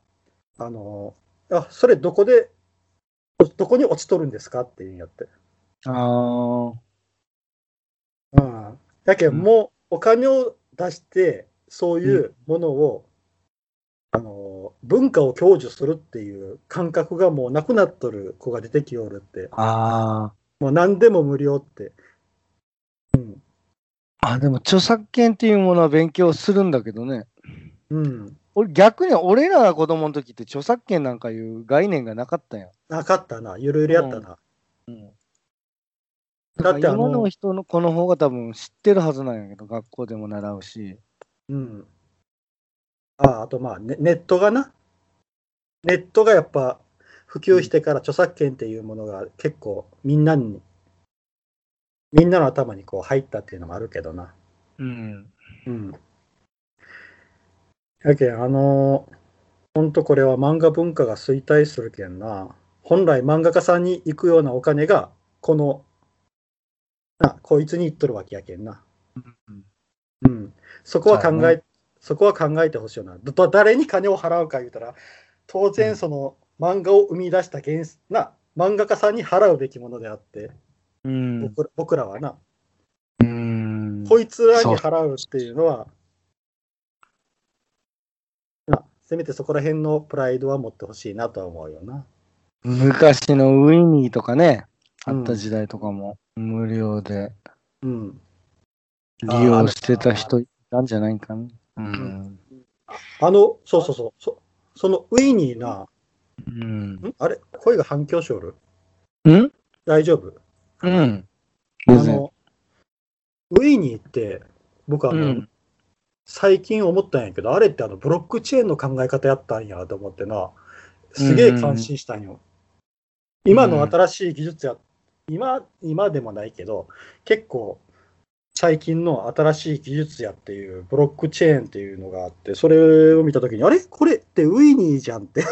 Speaker 1: あの、あ、それどこで、どどこに落ちとるんですかって言うんやって。
Speaker 2: ああ
Speaker 1: うん。やけん、
Speaker 2: うん
Speaker 1: もうお金を出して、そういうものを、あの、文化を享受するっていう感覚がもうなくなっとる子が出てきおるって。
Speaker 2: あ
Speaker 1: もう何でも無料って。
Speaker 2: ああでも著作権っていうものは勉強するんだけどね
Speaker 1: うん。
Speaker 2: 俺逆に俺らが子供の時って著作権なんかいう概念がなかったやん、
Speaker 1: なかったな。ゆるゆるやったな。
Speaker 2: うん、
Speaker 1: だってあ
Speaker 2: 今の
Speaker 1: の、
Speaker 2: 人の子の方が多分知ってるはずなんやけど学校でも習うし
Speaker 1: うん。ああとまあネ、ネットがな。ネットがやっぱ普及してから著作権っていうものが結構みんなに、みんなの頭にこう入ったっていうのもあるけどな。
Speaker 2: うん
Speaker 1: うん。やけん、あのーほんとこれは漫画文化が衰退するけんな。本来漫画家さんに行くようなお金が、この、な、こいつに行っとるわけやけんな。うん。そこは考
Speaker 2: そうや
Speaker 1: え、そこは考えてほしいよな。だ誰に金を払うか言うたら、当
Speaker 2: う
Speaker 1: 然
Speaker 2: ん
Speaker 1: その漫画を生み出した原すな、漫画家さんに払うべきものであって、
Speaker 2: うん
Speaker 1: 僕ら僕らはな、
Speaker 2: うん
Speaker 1: こいつらに払うっていうのは、なせめてそこら辺のプライドは持ってほしいなとは思うよな。
Speaker 2: 昔のウィニーとかね、あった時代とかも、無料で
Speaker 1: うん。
Speaker 2: 利用してた人いたんじゃないかな。うん。
Speaker 1: あの、そうそうそう、そそのウィニーな、
Speaker 2: うん。
Speaker 1: んあれ声が反響しおる
Speaker 2: うん
Speaker 1: 大丈夫
Speaker 2: うん。
Speaker 1: あ
Speaker 2: 全然。
Speaker 1: の、ウィニーって、僕あ
Speaker 2: う
Speaker 1: の、
Speaker 2: ん。
Speaker 1: 最近思ったんやけど、あれってあのブロックチェーンの考え方やったんやと思ってな、すげえ感心したんよ。今の新しい技術や、今、今でもないけど、結構最近の新しい技術やっていうブロックチェーンっていうのがあって、それを見たときに、あれこれってウィニーじゃんって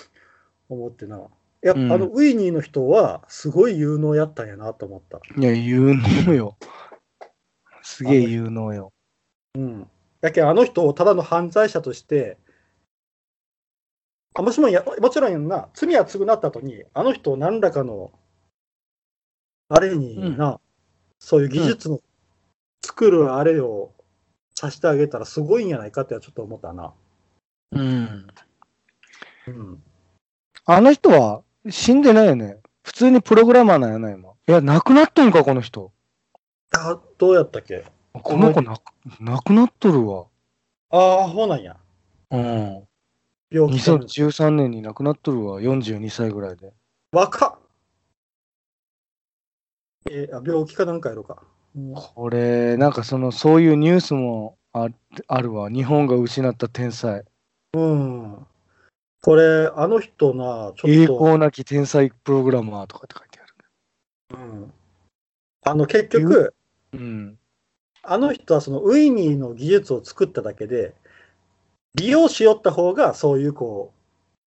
Speaker 1: 思ってな。いや、
Speaker 2: うん
Speaker 1: あのウィニーの人はすごい有能やったんやなと思った。
Speaker 2: いや、有能よ。すげえ有能よ。
Speaker 1: うん。やけんあの人をただの犯罪者として、あもしもやもちろんやんな、罪は償った後に、あの人を何らかの、あれにな、そういう技術の作るあれをさしてあげたらすごいんやないかってはちょっと思ったな。
Speaker 2: うん。
Speaker 1: うん。
Speaker 2: あの人は死んでないよね。普通にプログラマーなんやな、今。いや、亡くなったんか、この人。
Speaker 1: あどうやったっけ
Speaker 2: この子なく、亡くなっとるわ。
Speaker 1: ああ、そうなんや。
Speaker 2: うん。
Speaker 1: 病気かなんか
Speaker 2: 2013年に亡くなっとるわ、42歳ぐらいで。
Speaker 1: 若っえーあ病気かなんかやろうか。うん
Speaker 2: これ、なんかその、そういうニュースもああるわ。日本が失った天才。
Speaker 1: うん。これ、あの人な、ちょ
Speaker 2: 栄
Speaker 1: っと、
Speaker 2: 光なき天才プログラマーとかって書いてあ
Speaker 1: うん、あの結局、
Speaker 2: る。うん。
Speaker 1: あの人はそのウィニーの技術を作っただけで、利用しよった方が、そういうこう、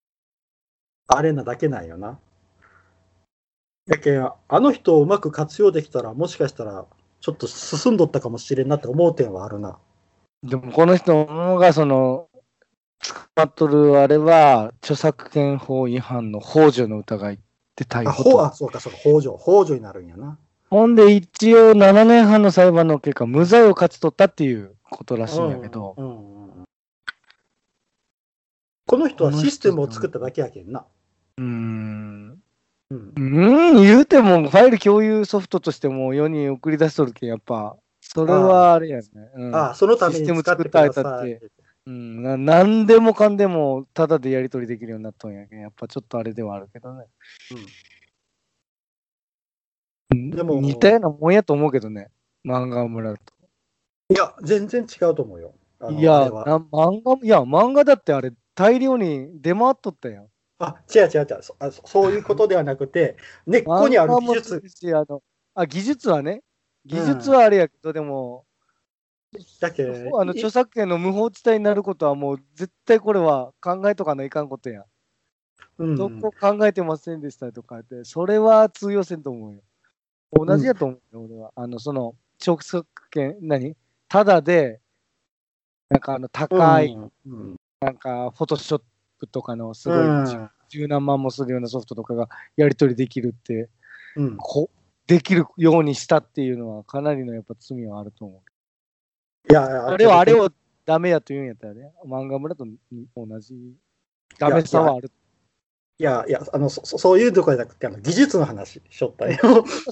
Speaker 1: あれなだけなんよな。やけん、あの人をうまく活用できたら、もしかしたら、ちょっと進んどったかもしれんなって思う点はあるな。
Speaker 2: でも、この人が、その、捕まっとるあれは、著作権法違反の幇助の疑いで逮
Speaker 1: あ、
Speaker 2: 捕
Speaker 1: ほう
Speaker 2: と
Speaker 1: あ、。そうか、そうか、北条、北条になるんやな。
Speaker 2: ほんで、一応7年半の裁判の結果、無罪を勝ち取ったっていうことらしいんやけど、
Speaker 1: うんうんうんうんこの人はシステムを作っただけやけんな。
Speaker 2: うーん、
Speaker 1: うん
Speaker 2: う、ーん、言うても、ファイル共有ソフトとしても世に送り出しとるけん、やっぱ、それはあれやね。うん、
Speaker 1: ああ、そのために使ってくだ
Speaker 2: システム作った
Speaker 1: さ
Speaker 2: り
Speaker 1: い
Speaker 2: だ。うんな何でもかんでも、ただでやり取りできるようになったんやけん、やっぱちょっとあれではあるけどね。うん
Speaker 1: でも
Speaker 2: 似たようなもんやと思うけどね、漫画村と。
Speaker 1: いや、全然違うと思うよ。あの
Speaker 2: いや、
Speaker 1: あ
Speaker 2: な
Speaker 1: れは
Speaker 2: 漫画、いや、漫画だってあれ、大量に出回っとったやん。
Speaker 1: あ、違う違う違うそあそ。そういうことではなく て、根っこにある技
Speaker 2: 漫画もそう
Speaker 1: 術。
Speaker 2: ですしあのあ技術はね、技術はあれやけど、でも、
Speaker 1: だけ
Speaker 2: あの著作権の無法地帯になることはもう絶対これは考えとかないかんことや。
Speaker 1: うん
Speaker 2: どこ考えてませんでしたとかって、それは通用せんと思うよ。同じやと思うよ、俺は。あの、その、著作権、何ただで、なんかあの、高い、
Speaker 1: うん
Speaker 2: なんか、フォトショップとかのす
Speaker 1: う
Speaker 2: ごい、
Speaker 1: ん
Speaker 2: 十何万もするようなソフトとかがやり取りできるって、
Speaker 1: うん
Speaker 2: こできるようにしたっていうのは、かなりのやっぱ罪はあると思う。
Speaker 1: いや
Speaker 2: あれはあれをダメやと言うんやったらね、漫画村と同じダメさはある。
Speaker 1: いやいやあのそそそういうとこじゃなくてあの技術の話しょったよ、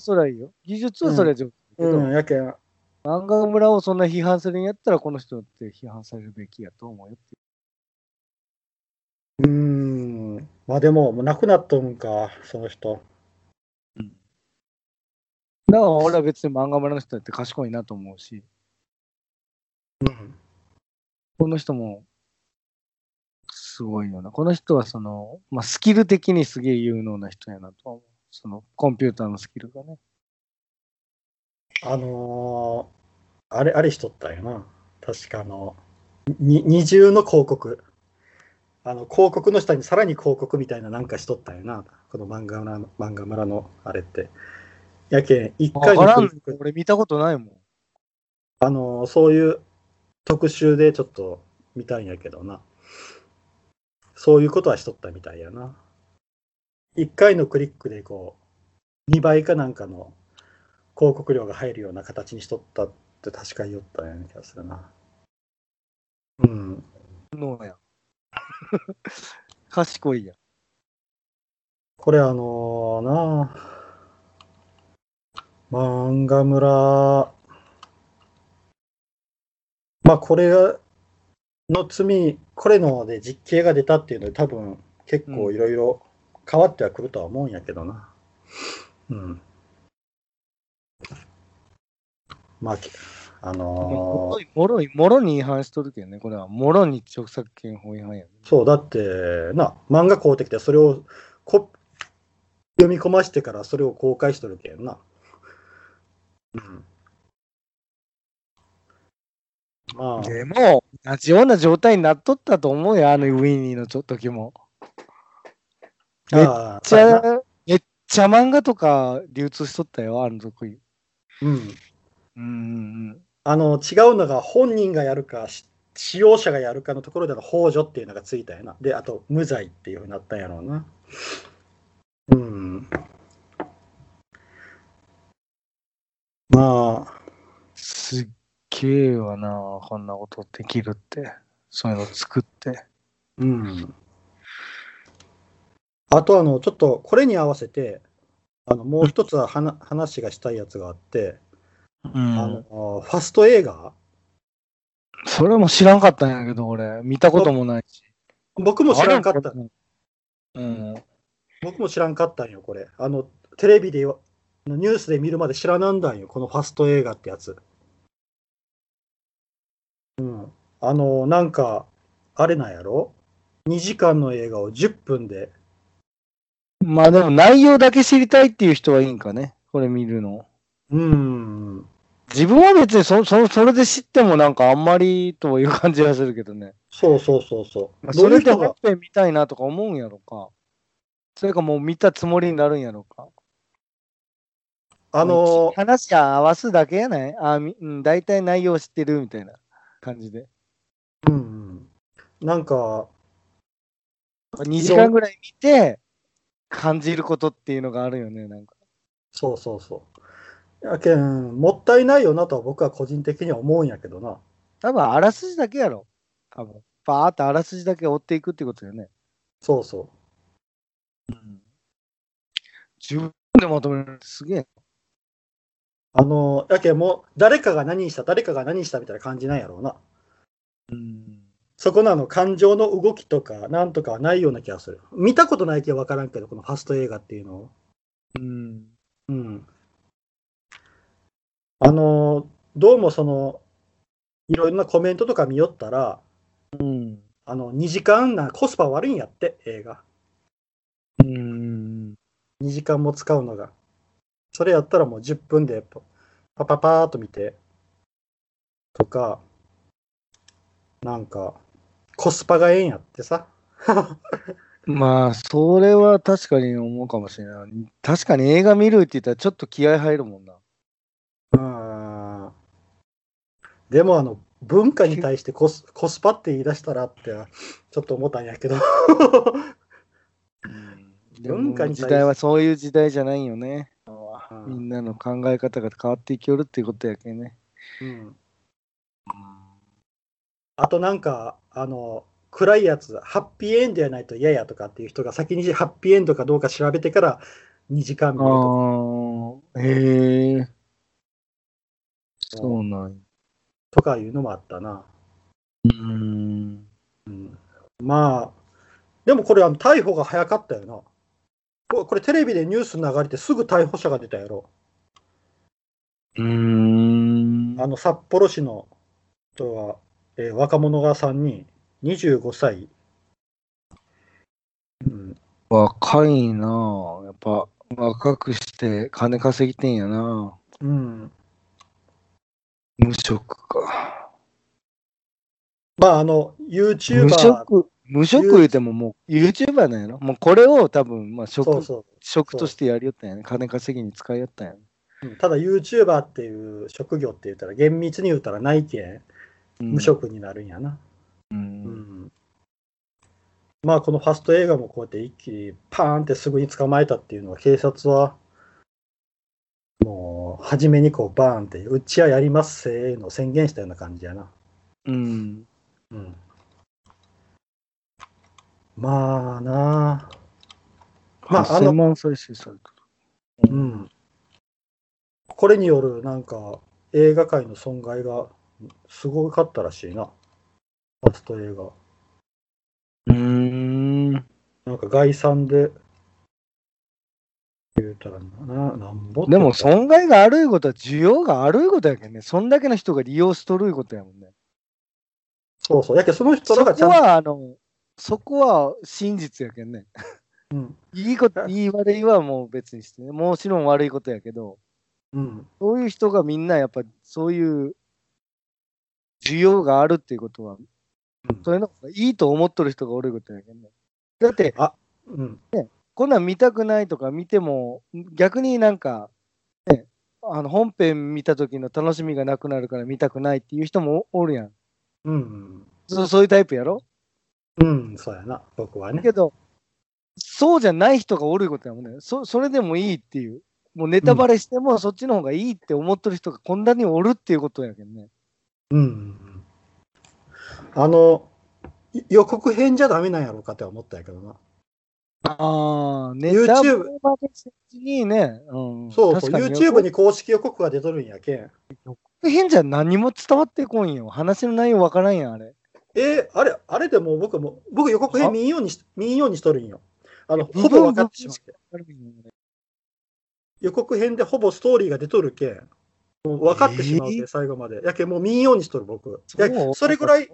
Speaker 2: それはいいよ。技術はそれは上手だけど、
Speaker 1: うん、やけん
Speaker 2: 漫画村をそんな批判するんやったら、この人って批判されるべきやと思うよって
Speaker 1: うーんまあでも、もう亡くなっとるんか、その人。
Speaker 2: いう。だから俺は別に漫画村の人だって賢いなと思うし、
Speaker 1: うん。
Speaker 2: この人もすごいよな。この人はその、まあ、スキル的にすげえ有能な人やなとは思う。そのコンピューターのスキルがね。
Speaker 1: あのー、あれ、あれしとったんよな。確かあの、に二重の広告。あの、広告の下にさらに広告みたいななんかしとったんよな。この漫画村の、漫画村のあれって。やけん、一
Speaker 2: わ
Speaker 1: 回
Speaker 2: から
Speaker 1: の
Speaker 2: ん。俺見たことないもん。
Speaker 1: あのー、そういう特集でちょっと見たんやけどな。そういうことはしとったみたいやな。一回のクリックでこう、2倍かなんかの広告量が入るような形にしとったって確か言おったような気がするな。うん。
Speaker 2: のや。 賢いや。
Speaker 1: これあのーなあ漫画村、まあこれの罪、これので実刑が出たっていうので多分結構いろいろ変わってはくるとは思うんやけどな。うん。まあ、けあのー
Speaker 2: もろい、もろい、もろに違反しとるけどね、これは。もろに著作権法違反やね。
Speaker 1: そう、だって、な、漫画買うてきて、それをこ読み込ましてからそれを公開しとるけんな。うん。まあ、
Speaker 2: でも、同じような状態になっとったと思うよ、あのウィニーのちょ時も。めっ
Speaker 1: ああ
Speaker 2: ち
Speaker 1: そうや
Speaker 2: ゃ
Speaker 1: な、
Speaker 2: めっちゃ漫画とか流通しとったよ、あの時。
Speaker 1: うん。
Speaker 2: うんうんうん。
Speaker 1: あの、違うのが本人がやるか、し使用者がやるかのところでの幇助っていうのがついたよな。で、あと、無罪っていうふうになったんやろうな。うん。まあ、
Speaker 2: すっげえわな、こんなことできるって。そういうの作って。
Speaker 1: うん。あとあの、ちょっとこれに合わせて、あのもう一つははな話がしたいやつがあって、
Speaker 2: う
Speaker 1: あのファスト映画、
Speaker 2: それも知らんかったんやけど、俺。見たこともないし。
Speaker 1: 僕も知らんかった、
Speaker 2: うん。
Speaker 1: 僕も知らんかったんよ、これ。あのテレビでよ、ニュースで見るまで知らなんだんよ、このファスト映画ってやつ。うん。あの、なんか、あれなんやろ ?2 時間の映画を10分で
Speaker 2: まあでも内容だけ知りたいっていう人はいいんかね、これ見るの。
Speaker 1: うん。
Speaker 2: 自分は別にそそそれで知ってもなんかあんまりという感じがするけどね。
Speaker 1: そうそうそうそう。
Speaker 2: まあ
Speaker 1: ど
Speaker 2: そう
Speaker 1: いう
Speaker 2: れで
Speaker 1: 人
Speaker 2: も
Speaker 1: が
Speaker 2: っぺん見たいなとか思うんやろか。それかもう見たつもりになるんやろか。
Speaker 1: あの
Speaker 2: 話合わすだけやないあみ、うん、大体内容知ってるみたいな感じで。
Speaker 1: うんうんなんか、
Speaker 2: 2時間ぐらい見て感じることっていうのがあるよね、なんか。
Speaker 1: そうそうそう。やけん、もったいないよなとは僕は個人的には思うんやけどな。
Speaker 2: 多分あらすじだけやろ。多分バーってあらすじだけ追っていくってことよね。
Speaker 1: そうそ
Speaker 2: うん自分でまとめるってすげえ。
Speaker 1: う。あの、やけんもう、誰かが何した、誰かが何したみたいな感じなんやろうな。
Speaker 2: うん。
Speaker 1: そこのあの感情の動きとか、なんとかはないような気がする。見たことないけど分からんけど、このファスト映画っていうのを。
Speaker 2: うん。
Speaker 1: うん。あの、どうもその、いろんなコメントとか見よったら、
Speaker 2: うん。
Speaker 1: あの、2時間な、コスパ悪いんやって、映画。
Speaker 2: うん。
Speaker 1: 2時間も使うのが。それやったらもう10分でパパパパーっと見て、とか、なんか、コスパがええんやってさ。
Speaker 2: まあ、それは確かに思うかもしれない。確かに映画見るって言ったらちょっと気合入るもんな。
Speaker 1: うん。でも、あの、文化に対してコスコスパって言い出したらって、ちょっと思ったんやけど。
Speaker 2: で
Speaker 1: 文化
Speaker 2: も
Speaker 1: に対して
Speaker 2: 時代はそういう時代じゃないよね。
Speaker 1: うん
Speaker 2: みんなの考え方が変わっていきよるっていうことやけんね。
Speaker 1: うんあとなんか、あの、暗いやつ、ハッピーエンドやないと嫌やとかっていう人が先にハッピーエンドかどうか調べてから2時間見るとか
Speaker 2: ああ、へえ。そうなんや
Speaker 1: とかいうのもあったな。
Speaker 2: うん。
Speaker 1: うん、まあ、でもこれは逮捕が早かったよな。ここれテレビでニュース流れてすぐ逮捕者が出たやろ。
Speaker 2: うん。
Speaker 1: あの札幌市の人は、えー若者が3人、25歳。うん、
Speaker 2: 若いなあやっぱ若くして金稼ぎてんやな
Speaker 1: うん、
Speaker 2: 無職か
Speaker 1: まあ、あの、
Speaker 2: 無
Speaker 1: YouTuber、
Speaker 2: 職無職言うてももう YouTuber なんやろもうこれを多分まあ職
Speaker 1: そうそう、
Speaker 2: 職としてやりよったんやね金稼ぎに使いよったんやね
Speaker 1: うんただ YouTuber っていう職業って言ったら、厳密に言ったらないけん、
Speaker 2: うん
Speaker 1: 無職になるんやな。
Speaker 2: う
Speaker 1: うんんまあ、このファスト映画もこうやって一気にパーンってすぐに捕まえたっていうのは、警察は、もう、初めにこう、バーンって、うちはやりますせーの宣言したような感じやな。
Speaker 2: うん
Speaker 1: うんまあなあ、まああの
Speaker 2: 8000万再生された
Speaker 1: うん。これによるなんか映画界の損害がすごかったらしいな。ファスト映画。
Speaker 2: うーん
Speaker 1: なんか概算で言うたらな、なんぼって
Speaker 2: で
Speaker 1: 言
Speaker 2: も
Speaker 1: ったら
Speaker 2: 損害があるいうことは需要があるいうことやけんねそんだけの人が利用しとるいうことやもんね
Speaker 1: そうそう。やけどその人
Speaker 2: そ
Speaker 1: ら
Speaker 2: こ
Speaker 1: がちゃんと、
Speaker 2: はあのそこは真実やけんね
Speaker 1: うん
Speaker 2: いいこと、いい悪いはもう別にしてね。もちろん悪いことやけど、
Speaker 1: うん、
Speaker 2: そういう人がみんなやっぱそういう需要があるっていうことは、それの方がいいと思っとる人がおることやけどね。だって、
Speaker 1: うん、
Speaker 2: こんなん見たくないとか見ても、逆になんか、ね、あの本編見た時の楽しみがなくなるから見たくないっていう人もおおるやん。
Speaker 1: うん、
Speaker 2: そそういうタイプやろ
Speaker 1: うん、そうやな、僕はね。
Speaker 2: けど、そうじゃない人がおることやもんね。そそれでもいいっていう。もうネタバレしてもそっちの方がいいって思ってる人がこんなにおるっていうことやけんね。
Speaker 1: うん、あの、い予告編じゃダメなんやろうかって思ったんやけどな。
Speaker 2: ああ、ネ
Speaker 1: YouTube
Speaker 2: タバレせずにね。うん、
Speaker 1: そうそう、
Speaker 2: 確か
Speaker 1: YouTube に公式予告が出とるんやけん。
Speaker 2: 変じゃ何も伝わってこんよ。話の内容わからんやん、あれ。
Speaker 1: えーあれ、あれでもう僕も、僕予告
Speaker 2: あ
Speaker 1: 編見んようにし、見んようにしとるんよ。あの、
Speaker 2: 部分
Speaker 1: ほぼ分かってしまって。
Speaker 2: 分
Speaker 1: 予告編でほぼストーリーが出とるけん、もう分かってしまう
Speaker 2: え
Speaker 1: け、
Speaker 2: ー
Speaker 1: 最後まで。やけんもう見んようにしとる僕。やけ
Speaker 2: そう
Speaker 1: それぐらい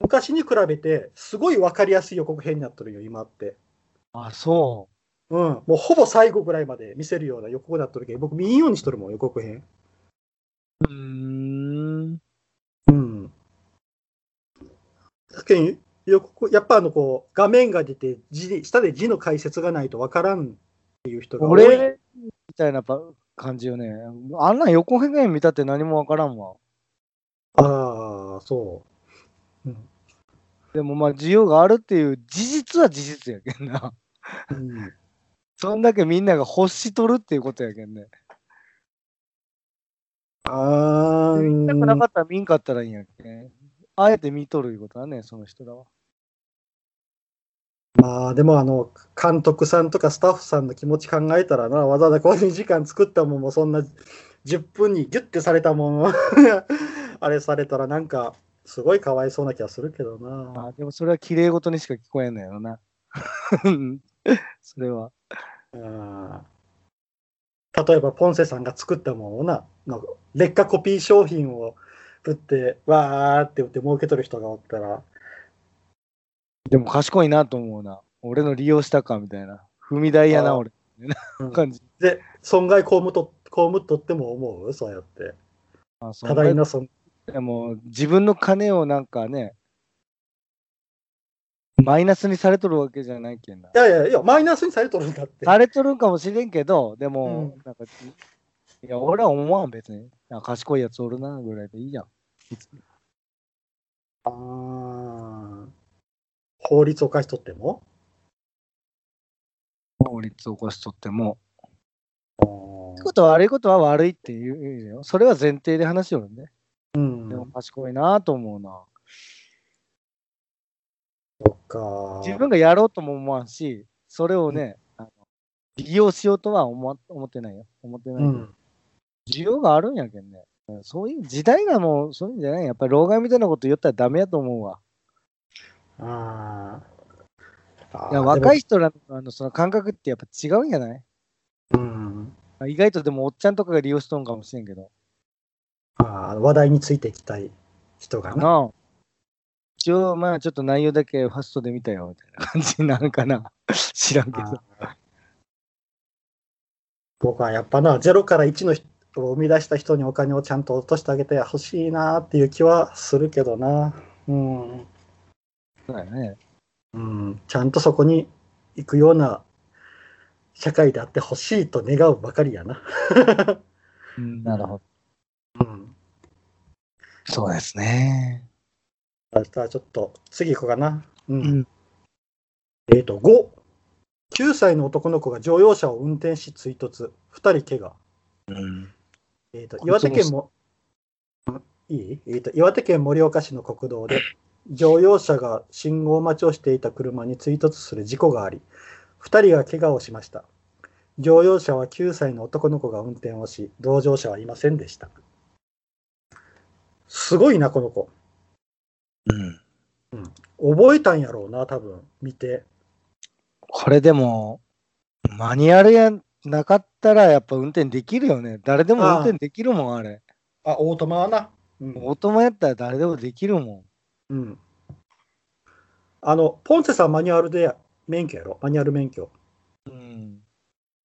Speaker 1: 昔に比べて、すごい分かりやすい予告編になっとるよ、今って。
Speaker 2: あ、そ
Speaker 1: うん、もうほぼ最後ぐらいまで見せるような予告になっとるけん、僕見んようにしとるもん、予告編。
Speaker 2: う。うーん。
Speaker 1: うん。だけど予告やっぱあのこう画面が出て字下で字の解説がないとわからんっていう人が多い
Speaker 2: 俺みたいなパ感じよね。あんなん横変見たって何もわからんわ。
Speaker 1: ああそ
Speaker 2: でもまあ需要があるっていう事実は事実やけんな。
Speaker 1: う、うん、
Speaker 2: そんだけみんなが欲しとるっていうことやけんね。
Speaker 1: あー
Speaker 2: 見たくなかったら見んかったらいいんやけん。あえて見とるいうことはね、その人らは。
Speaker 1: まあでもあの監督さんとかスタッフさんの気持ち考えたらなわざわざこういう時間作ったもんもそんな10分にギュッてされたもんを あれされたらなんかすごいかわいそうな気がするけどな
Speaker 2: あでもそれは綺麗事にしか聞こえんのやろな。 それは。
Speaker 1: うん例えばポンセさんが作ったものをななんか劣化コピー商品を売ってわーって売って儲けとる人がおったら
Speaker 2: でも賢いなと思うな。俺の利用したかみたいな。踏み台や
Speaker 1: あ
Speaker 2: な、
Speaker 1: ー
Speaker 2: 俺。
Speaker 1: うん
Speaker 2: 感じ。
Speaker 1: で損害被むと被っとっても思うそうやって
Speaker 2: あそ
Speaker 1: 多
Speaker 2: んな
Speaker 1: 大な損
Speaker 2: でも自分の金をなんかね、マイナスにされとるわけじゃないけんな。
Speaker 1: いやいやいや、マイナスにされとるんだって。
Speaker 2: されとるんかもしれんけど、でも、
Speaker 1: う
Speaker 2: なんか、いや、俺は思わん、別に。あ賢いやつおるな、ぐらいでいいじゃん。
Speaker 1: あー法律を犯しとっても
Speaker 2: 法律を起こしとっても。いいことは悪いことは悪いって言う言うよ。それは前提で話しよるんで。
Speaker 1: うん
Speaker 2: でも賢いなと思うな。
Speaker 1: そっか。
Speaker 2: 自分がやろうとも思わんし、それをね、あの利用しようとは思わ思ってないよ。思ってない。
Speaker 1: うん。
Speaker 2: 需要があるんやけんね。そういう時代がもうそういうんじゃない。やっぱり老害みたいなこと言ったらダメやと思うわ。
Speaker 1: ああ。
Speaker 2: いや若
Speaker 1: い。
Speaker 2: い人らのあのその感覚ってやっぱ違うんじゃない
Speaker 1: うん。
Speaker 2: 意外とでもおっちゃんとかが利用しとんかもしれんけど。
Speaker 1: あー話題についていきたい人がな。
Speaker 2: なあ。一応、まあちょっと内容だけファストで見たよみたいな感じになるかな。 知らんけど。
Speaker 1: あー僕はやっぱな、ゼロから1の人を生み出した人にお金をちゃんと落としてあげてほしいなっていう気はするけどな。うん。
Speaker 2: そうだよね。
Speaker 1: うん、ちゃんとそこに行くような社会であってほしいと願うばかりやな。
Speaker 2: うんなるほど。
Speaker 1: うん。
Speaker 2: そうですね。
Speaker 1: あとはちょっと次行こうかな。うん。
Speaker 2: うん
Speaker 1: えっ、と、5。9歳の男の子が乗用車を運転し追突。2人怪我。
Speaker 2: うん。
Speaker 1: えっ、と、
Speaker 2: こいつも
Speaker 1: 岩手県も、んいいえっ、と、岩手県盛岡市の国道で、乗用車が信号待ちをしていた車に追突する事故があり、2人が怪我をしました。乗用車は9歳の男の子が運転をし、同乗者はいませんでした。すごいな、この子。覚えたんやろうな、多分見て。
Speaker 2: これでも、マニュアルやなかったらやっぱ運転できるよね。誰でも運転できるもん、あれ。
Speaker 1: あ、オートマはな。うん。
Speaker 2: オートマやったら誰でもできるも
Speaker 1: うん、あの、ポンセさんマニュアルで免許やろ、マニュアル免許。
Speaker 2: ん。うん。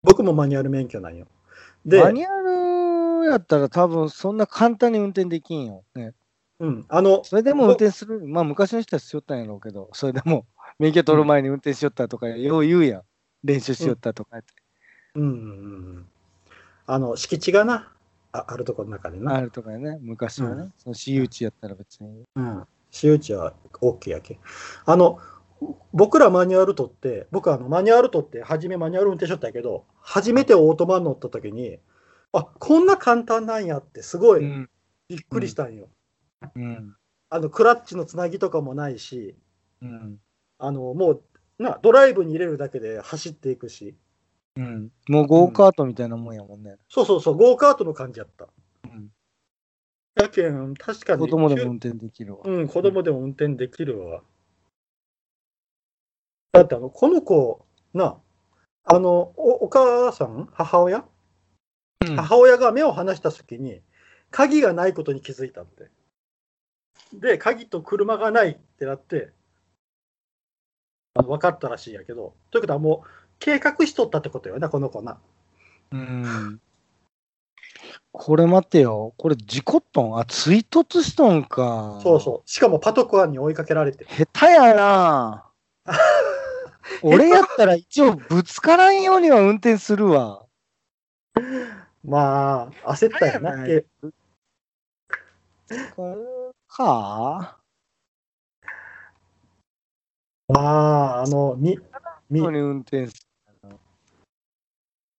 Speaker 1: 僕もマニュアル免許なんよ。で、
Speaker 2: マニュアルやったら多分そんな簡単に運転できんよ。ね。
Speaker 1: うん、あの、
Speaker 2: それでも運転する、まあ昔の人はしよったんやろうけど、それでも免許取る前に運転しよったとか、よう言うやん。練習しよったとかって、
Speaker 1: うんうんうん、あの、敷地がな、ああるところの中で
Speaker 2: あ
Speaker 1: な、
Speaker 2: るとかね、昔はね、
Speaker 1: うん
Speaker 2: その私有地やったら別に。
Speaker 1: うん、私有地は OK やけん。あの、僕らマニュアル取って、僕あのマニュアル取って、初めマニュアル運転しとったんやけど、初めてオートマに乗った時に、あこんな簡単なんやって、すご
Speaker 2: う
Speaker 1: い
Speaker 2: ん。
Speaker 1: びっくりしたんよ。
Speaker 2: うん。
Speaker 1: あの、クラッチのつなぎとかもないし、
Speaker 2: うん。
Speaker 1: あの、もう、な、ドライブに入れるだけで走っていくし、
Speaker 2: うん。もうゴーカートみたいなもんやもんね。
Speaker 1: そうそうそう、ゴーカートの感じやった。
Speaker 2: うん
Speaker 1: やけん、確かに。
Speaker 2: 子供でも運転できるわ。
Speaker 1: うん、子供でも運転できるわ。だってあの、この子、な、あの、おお母さん、母親、
Speaker 2: うん
Speaker 1: 母親が目を離した時に、鍵がないことに気づいたって。で、鍵と車がないってなって、あの分かったらしいんやけど、ということはもう、計画しとったってことよな、この子な。
Speaker 2: うん。これ待てよ。これ事故っとんあ、追突しとんか。
Speaker 1: そうそう。しかもパトカーに追いかけられて。
Speaker 2: 下手やな俺やったら一応ぶつからんようには運転するわ。
Speaker 1: まあ、焦ったよな。
Speaker 2: はい
Speaker 1: え
Speaker 2: か
Speaker 1: まあ、あの、み、み
Speaker 2: よう、に運転す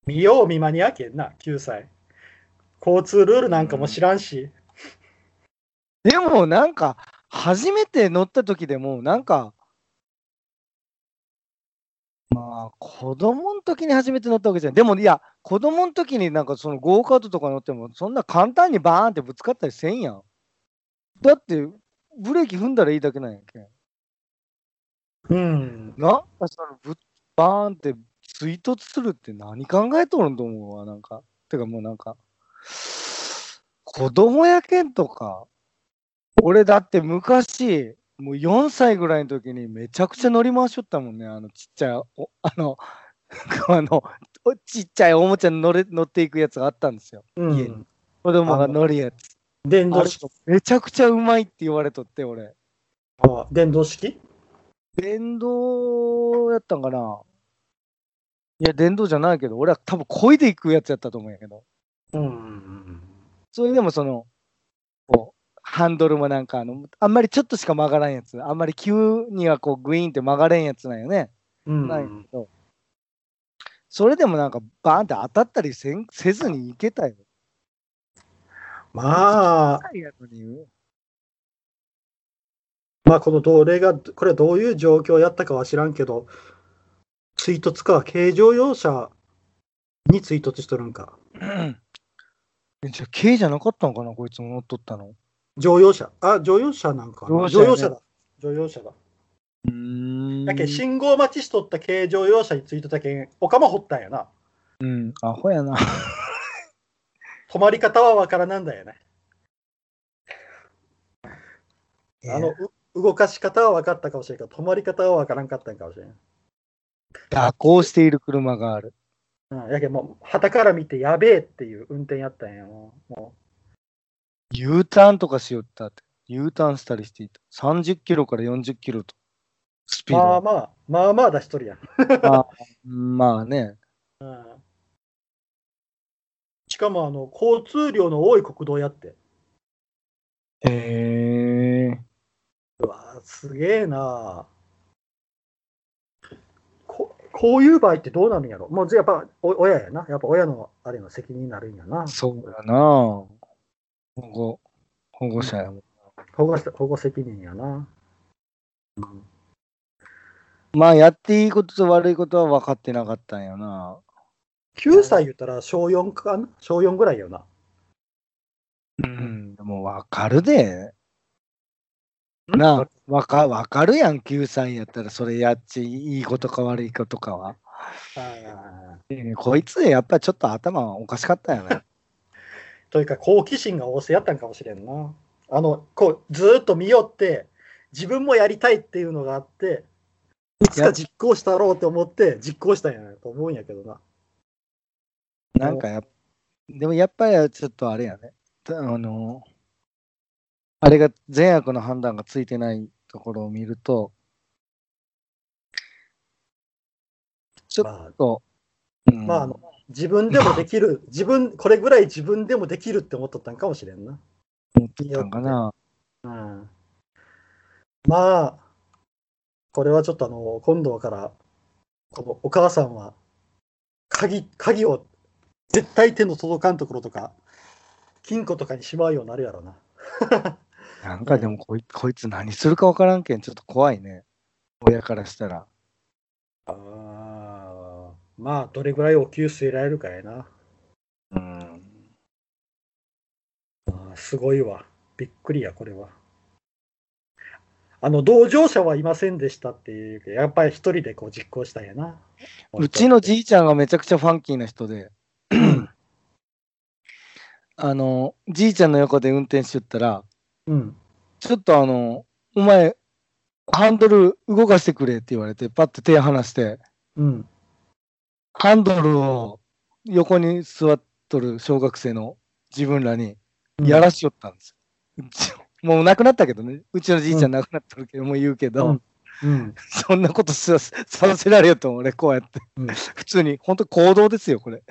Speaker 1: 見よう見まにやけんな、9歳。交通ルールなんかも知らんし。
Speaker 2: る。でもなんか、初めて乗った時でも、なんか、まあ、子供の時に初めて乗ったわけじゃん。でも、いや、子供の時になんかそのゴーカートとか乗っても、そんな簡単にバーンってぶつかったりせんやん。だって、ブレーキ踏んだらいいだけなんやけん。
Speaker 1: うん。
Speaker 2: なんかそのぶバーンって追突するって何考えとるんと思うわ、なんか。てかもうなんか、子供やけんとか、俺だって昔、もう4歳ぐらいの時にめちゃくちゃ乗り回しよったもんね、あのちっちゃい、おあの、 あの、おちっちゃいおもちゃに乗れ乗っていくやつがあったんですよ。
Speaker 1: う
Speaker 2: 家に
Speaker 1: ん。
Speaker 2: 子供が乗るやつ。
Speaker 1: 電動
Speaker 2: あれ
Speaker 1: 式
Speaker 2: めちゃくちゃうまいって言われとって、俺。
Speaker 1: あ電動式
Speaker 2: 電動やったんかないや、電動じゃないけど、俺は多分漕いでいくやつやったと思うんやけど。
Speaker 1: うん。
Speaker 2: それでもその、こう、ハンドルもなんかあの、あんまりちょっとしか曲がらんやつ。あんまり急にはこう、グイーンって曲がれんやつなんよね。
Speaker 1: う
Speaker 2: ないけ
Speaker 1: ん。
Speaker 2: ど。それでもなんか、バーンって当たったりせんせずにいけたよ。
Speaker 1: まあ、
Speaker 2: ありがとうに。
Speaker 1: まあ、このどれが、これはどういう状況やったかは知らんけど、追突か、軽乗用車に追突しとるんか。
Speaker 2: えじゃあ、K じゃなかったのかなこいつも乗っとったの。
Speaker 1: 乗用車。あ、乗用車なんかな。
Speaker 2: 乗用
Speaker 1: 用
Speaker 2: 車や
Speaker 1: 車
Speaker 2: ね
Speaker 1: だ。乗用車だ。
Speaker 2: うーん。
Speaker 1: だけど信号待ちしとった軽乗用車に追突だけん、おかま掘ったんやな。
Speaker 2: うん、アホやな。
Speaker 1: 止まり方はわからなんだよね。あの、う動かし方は分かったかもしれんけど、止まり方は分からんかったんかもしれん。
Speaker 2: 蛇行している車がある。
Speaker 1: うん、やけんもう、旗から見てやべえっていう運転やったんやもう。も
Speaker 2: U ターンとかしよったって。U ターンしたりしていた。30キロから40キロと。ス
Speaker 1: う
Speaker 2: ピー
Speaker 1: まあ
Speaker 2: ド。
Speaker 1: まあ、まあまあ出しとるやん。
Speaker 2: まあ、まあね。
Speaker 1: うん、しかも、あの、交通量の多い国道やって。
Speaker 2: へえ。
Speaker 1: うわすげえなここういう場合ってどうなるんやろもう、やっぱ、お親やな。やっぱ親の、あれの責任になるんやな。
Speaker 2: そうやな。保護、保護者やもん。
Speaker 1: 保護者保護責任やな。
Speaker 2: まあ、やっていいことと悪いことは分かってなかったんやな。
Speaker 1: 9歳言ったら小4かな小4ぐらいよな。
Speaker 2: うん、でも分かるで。なあ、分か分かるやん、9歳やったら、それやっち、いいことか悪いことかは。えーこいつ、やっぱりちょっと頭おかしかったよね。
Speaker 1: というか好奇心が旺盛やったんかもしれんな。あのこうずーっと見よって自分もやりたいっていうのがあっていつか実行したろうって思って実行したんやなと思うんやけどな。
Speaker 2: なんかやっ、でもやっぱりちょっとあれやね。たあの、あれが善悪の判断がついてないところを見ると、ちょっ
Speaker 1: まあ
Speaker 2: と、うん
Speaker 1: まああの自分でもできる自分これぐらい自分でもできるって思っとったんかもしれんな。
Speaker 2: 思ってたんかな。
Speaker 1: うんまあ、これはちょっとあの、今度から、このお母さんは、鍵、鍵を絶対手の届かんところとか、金庫とかにしまうようになるやろな。
Speaker 2: なんかでもこいこいつ何するか分からんけん、ちょっと怖いね。親からしたら。
Speaker 1: あまあ、どれぐらいお給据えられるかやな。
Speaker 2: うん。
Speaker 1: あーすごいわ。びっくりや、これは。あの、同乗者はいませんでしたっていうけど、やっぱり一人でこう実行したんやな。
Speaker 2: うちのじいちゃんがめちゃくちゃファンキーな 人で、 あの、じいちゃんの横で運転しよったら、
Speaker 1: うん。
Speaker 2: ちょっとあの、お前、ハンドル動かしてくれって言われて、パッて手離して、
Speaker 1: うん。
Speaker 2: ハンドルを横に座っとる小学生の自分らにやらしよったんですよ。うちもう亡くなったけどね、うちのじいちゃん亡くなったけど、もう言うけど、
Speaker 1: うんうん。
Speaker 2: そんなことささせられよと、俺、こうやって。
Speaker 1: うん
Speaker 2: 普通に、本当行動ですよ、これ。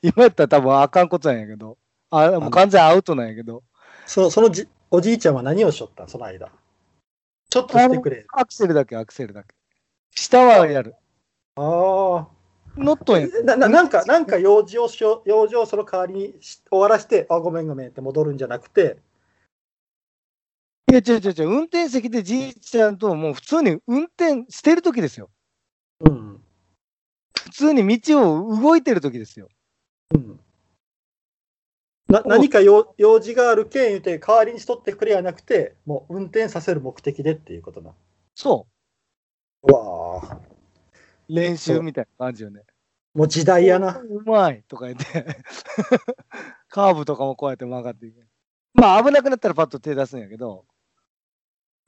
Speaker 2: 今やったら多分あかんことなんやけど、あもう完全アウトなんやけど、
Speaker 1: そそのじおじいちゃんは何をしよったんその間。ちょっとしてくれ。
Speaker 2: アクセルだけ、アクセルだけ。下はやる。
Speaker 1: あ
Speaker 2: ノット
Speaker 1: あ
Speaker 2: んや。
Speaker 1: なななんか、なんか用事をしよう用事をその代わりにし終わらして、あ、ごめんごめんって戻るんじゃなくて、
Speaker 2: いや、違う違う違う、運転席でじいちゃんともう普通に運転してる時ですよ。
Speaker 1: うん。
Speaker 2: 普通に道を動いてる時ですよ。
Speaker 1: うん。な何か用用事があるけん言うて、代わりにしとってくれやなくて、もう運転させる目的でっていうことな。
Speaker 2: そう
Speaker 1: わあ、
Speaker 2: う。練習みたいな感じよね。
Speaker 1: もう時代やな。
Speaker 2: うまいとか言って。 カーブとかもこうやって曲がっていく。まあ危なくなったらパッと手出すんやけど、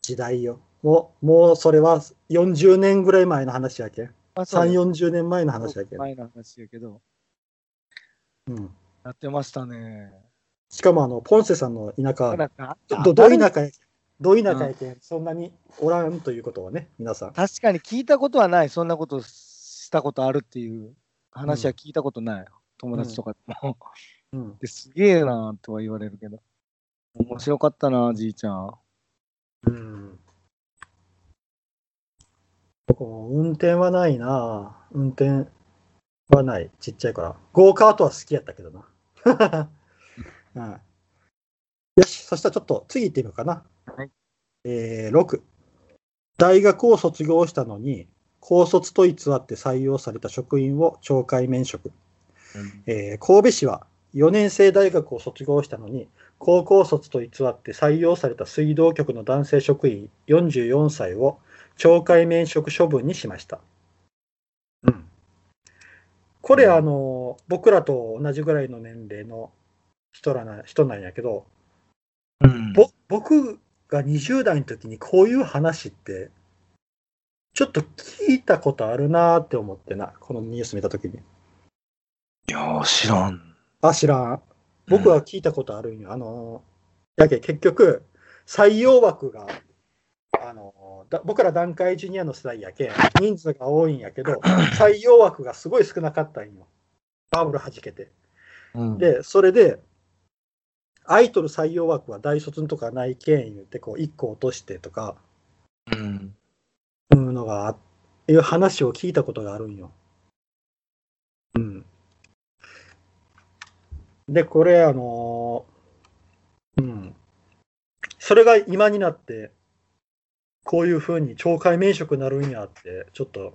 Speaker 1: 時代よ。もう、もうそれは40年ぐらい前の話やけん。
Speaker 2: まあ、
Speaker 1: 3、
Speaker 2: 四
Speaker 1: 40年前の話やけん。
Speaker 2: 前の話やけど、
Speaker 1: うん。
Speaker 2: やってましたね。
Speaker 1: しかもあの、ポンセさんの田舎は
Speaker 2: なんか
Speaker 1: どど田
Speaker 2: な
Speaker 1: 舎やど田舎やけん、そんなにおらんということはね、皆さん。
Speaker 2: 確かに聞いたことはない、そんなことしたことあるっていう話は聞いたことない、友達とかでも。
Speaker 1: うん、
Speaker 2: ですげえなーとは言われるけど。面白かったな、じいちゃん。
Speaker 1: うん、僕も運転はないな運転はない、ちっちゃいから。ゴーカートは好きやったけどな。 うん、よし、そしたらちょっと次行ってみようかな。
Speaker 2: はい
Speaker 1: えー、6。大学を卒業したのに、高卒と偽って採用された職員を懲戒免職。えー神戸市は4年生大学を卒業したのに高校卒と偽って採用された水道局の男性職員44歳を懲戒免職処分にしました。うん、これ、
Speaker 2: うん
Speaker 1: あの僕らと同じぐらいの年齢の人らな人なんやけど、
Speaker 2: うん
Speaker 1: ぼ僕が20代の時にこういう話ってちょっと聞いたことあるなーって思ってなこのニュース見た時に。
Speaker 2: いやー、知らん。
Speaker 1: あ知らん僕は聞いたことあるんよ。あのー、やけ結局、採用枠が、あのーだ僕ら団塊ジュニアの世代やけん、人数が多いんやけど、採用枠がすごい少なかったんよ。バブル弾けて。
Speaker 2: うん、
Speaker 1: で、それで、アイドル採用枠は大卒のとかないけん言って、こう、1個落としてとか、
Speaker 2: うん、
Speaker 1: いうのがあ、いう話を聞いたことがあるんよ。うん。で、これ、あのーうん。それが今になって、こういうふうに懲戒免職になるんやって、ちょっと、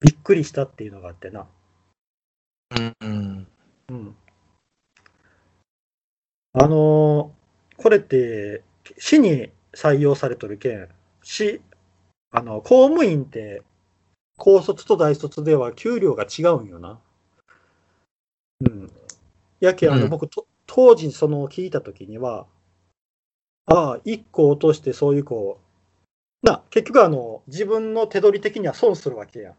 Speaker 1: びっくりしたっていうのがあってな。
Speaker 2: うん、
Speaker 1: うん。あのーこれって、市に採用されとるけん、市、あの、公務員って、高卒と大卒では給料が違うんよな。うん。やけ、あ
Speaker 2: う
Speaker 1: の、
Speaker 2: ん
Speaker 1: 僕、と当時その聞いたときには、ああ、一個落としてそういうこう、な、結局あの、自分の手取り的には損するわけやん。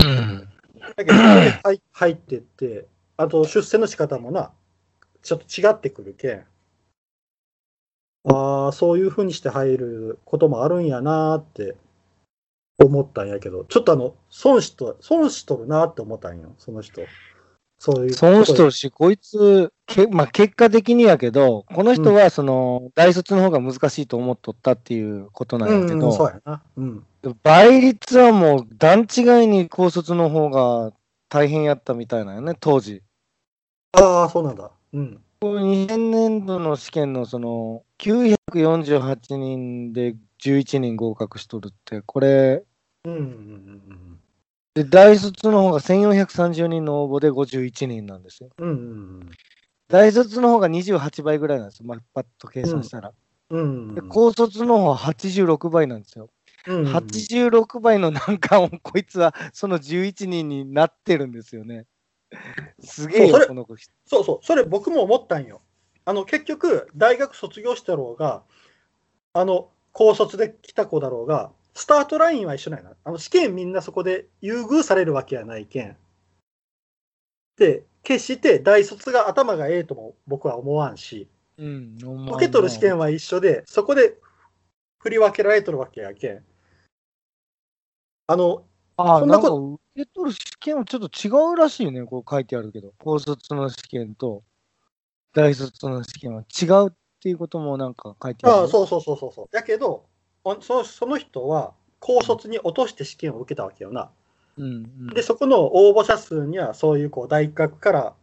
Speaker 2: うん、
Speaker 1: だけど、はい入ってって、あと出世の仕方もな、ちょっと違ってくるけん、ああ、そういうふうにして入ることもあるんやなーって思ったんやけど、ちょっとあの、損しと、損しとるなーって思ったんよ、その人。そういう。
Speaker 2: 損しとるし、こいつ、けまあ、結果的にやけど、この人はその、大卒の方が難しいと思っとったっていうことなん
Speaker 1: うん
Speaker 2: やけ
Speaker 1: うん、そう
Speaker 2: ど、
Speaker 1: やな。うん。
Speaker 2: 倍率はもう段違いに高卒の方が大変やったみたいなんよね、当時。
Speaker 1: ああ、そうなんだ。うん。
Speaker 2: 2000年度の試験のその948人で11人合格しとるって、これ、
Speaker 1: うんうんうんうん。
Speaker 2: で大卒の方が1430人の応募で51人なんですよ。
Speaker 1: うんうん
Speaker 2: 大卒の方が28倍ぐらいなんですよ、まあ、パッと計算したら。
Speaker 1: うん。うん
Speaker 2: で高卒の方は86倍なんですよ。
Speaker 1: うんうん、
Speaker 2: 86倍の難関をこいつはその11人になってるんですよね。すげえ
Speaker 1: そうそ
Speaker 2: よ、
Speaker 1: れ
Speaker 2: この子。
Speaker 1: そうそう、それ僕も思ったんよ。あの結局、大学卒業したろうが、あの高卒で来た子だろうが、スタートラインは一緒なんやな。あの試験みんなそこで優遇されるわけやないけん。で、決して大卒が頭がええとも僕は思わんし、
Speaker 2: うん、
Speaker 1: 受け取る試験は一緒で、そこで振り分けられとるわけやけん。あの、そ
Speaker 2: ああ、
Speaker 1: んな
Speaker 2: なん
Speaker 1: こ
Speaker 2: か
Speaker 1: と
Speaker 2: 受け取る試験はちょっと違うらしいね、こう書いてあるけど、高卒の試験と大卒の試験は違うっていうこともなんか書いてある、
Speaker 1: ああそうそうそうそうそう。やけど、おそのその人は高卒に落として試験を受けたわけよな。
Speaker 2: う。うん、うん。
Speaker 1: で、そこの応募者数には、そういうこう大学から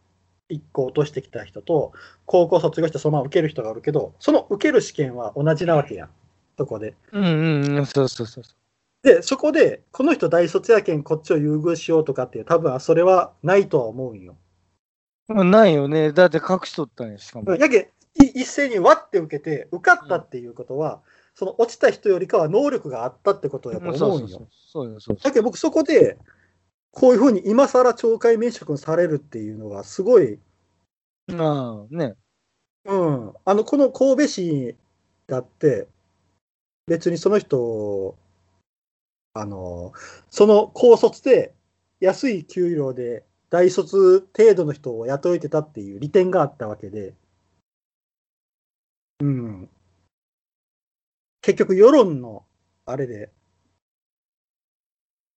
Speaker 1: 1個落としてきた人と、高校卒業してそのまま受ける人がおるけど、その受ける試験は同じなわけやん、そこで。
Speaker 2: うんうんうん、そうそうそうそ
Speaker 1: で、そこで、この人大卒やけん、こっちを優遇しようとかっていう、多分それはないとは思うんよ。
Speaker 2: う。まあないよね。だって隠しとったんや、しかも。
Speaker 1: やけん、い一斉にわって受けて、受かったっていうことは、その落ちた人よりかは能力があったってことをやっぱ
Speaker 2: うん
Speaker 1: 思
Speaker 2: そう
Speaker 1: うん
Speaker 2: そうそ
Speaker 1: よ
Speaker 2: う。。そうよ、そうそ
Speaker 1: だけど僕そこで、こういうふうに今更懲戒免職にされるっていうのがすごい、
Speaker 2: う。まあ、ね。
Speaker 1: うん、あのこの神戸市だって、別にその人、あのその高卒で安い給料で大卒程度の人を雇えてたっていう利点があったわけで、うん。結局、世論のあれで、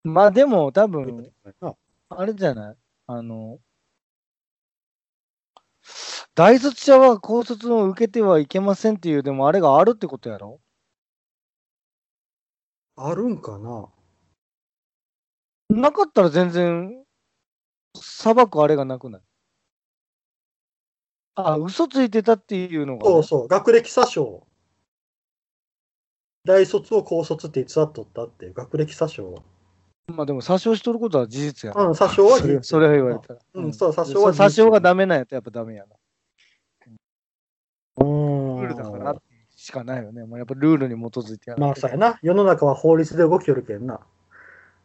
Speaker 2: まあでも多分、
Speaker 1: あ
Speaker 2: あれじゃないあの、大卒者は高卒を受けてはいけませんっていう、でもあれがあるってことやろ
Speaker 1: あるんかな
Speaker 2: なかったら全然、裁くあれがなくないあ、嘘ついてたっていうのがね、
Speaker 1: そうそう、学歴詐称。大卒を高卒って偽っとったっていう学歴詐称。
Speaker 2: まあでも、詐称しとることは事実や
Speaker 1: う
Speaker 2: ろ。
Speaker 1: ん、詐称は
Speaker 2: それそれは言われたら。
Speaker 1: うんそう詐称は事実
Speaker 2: 詐称がダメなんやったらやっぱダメやな。
Speaker 1: う
Speaker 2: ルー
Speaker 1: ん
Speaker 2: ルだからしかないよね。もうやっぱルールに基づいてやる。
Speaker 1: まあ、そうやな。世の中は法律で動きよるけんな。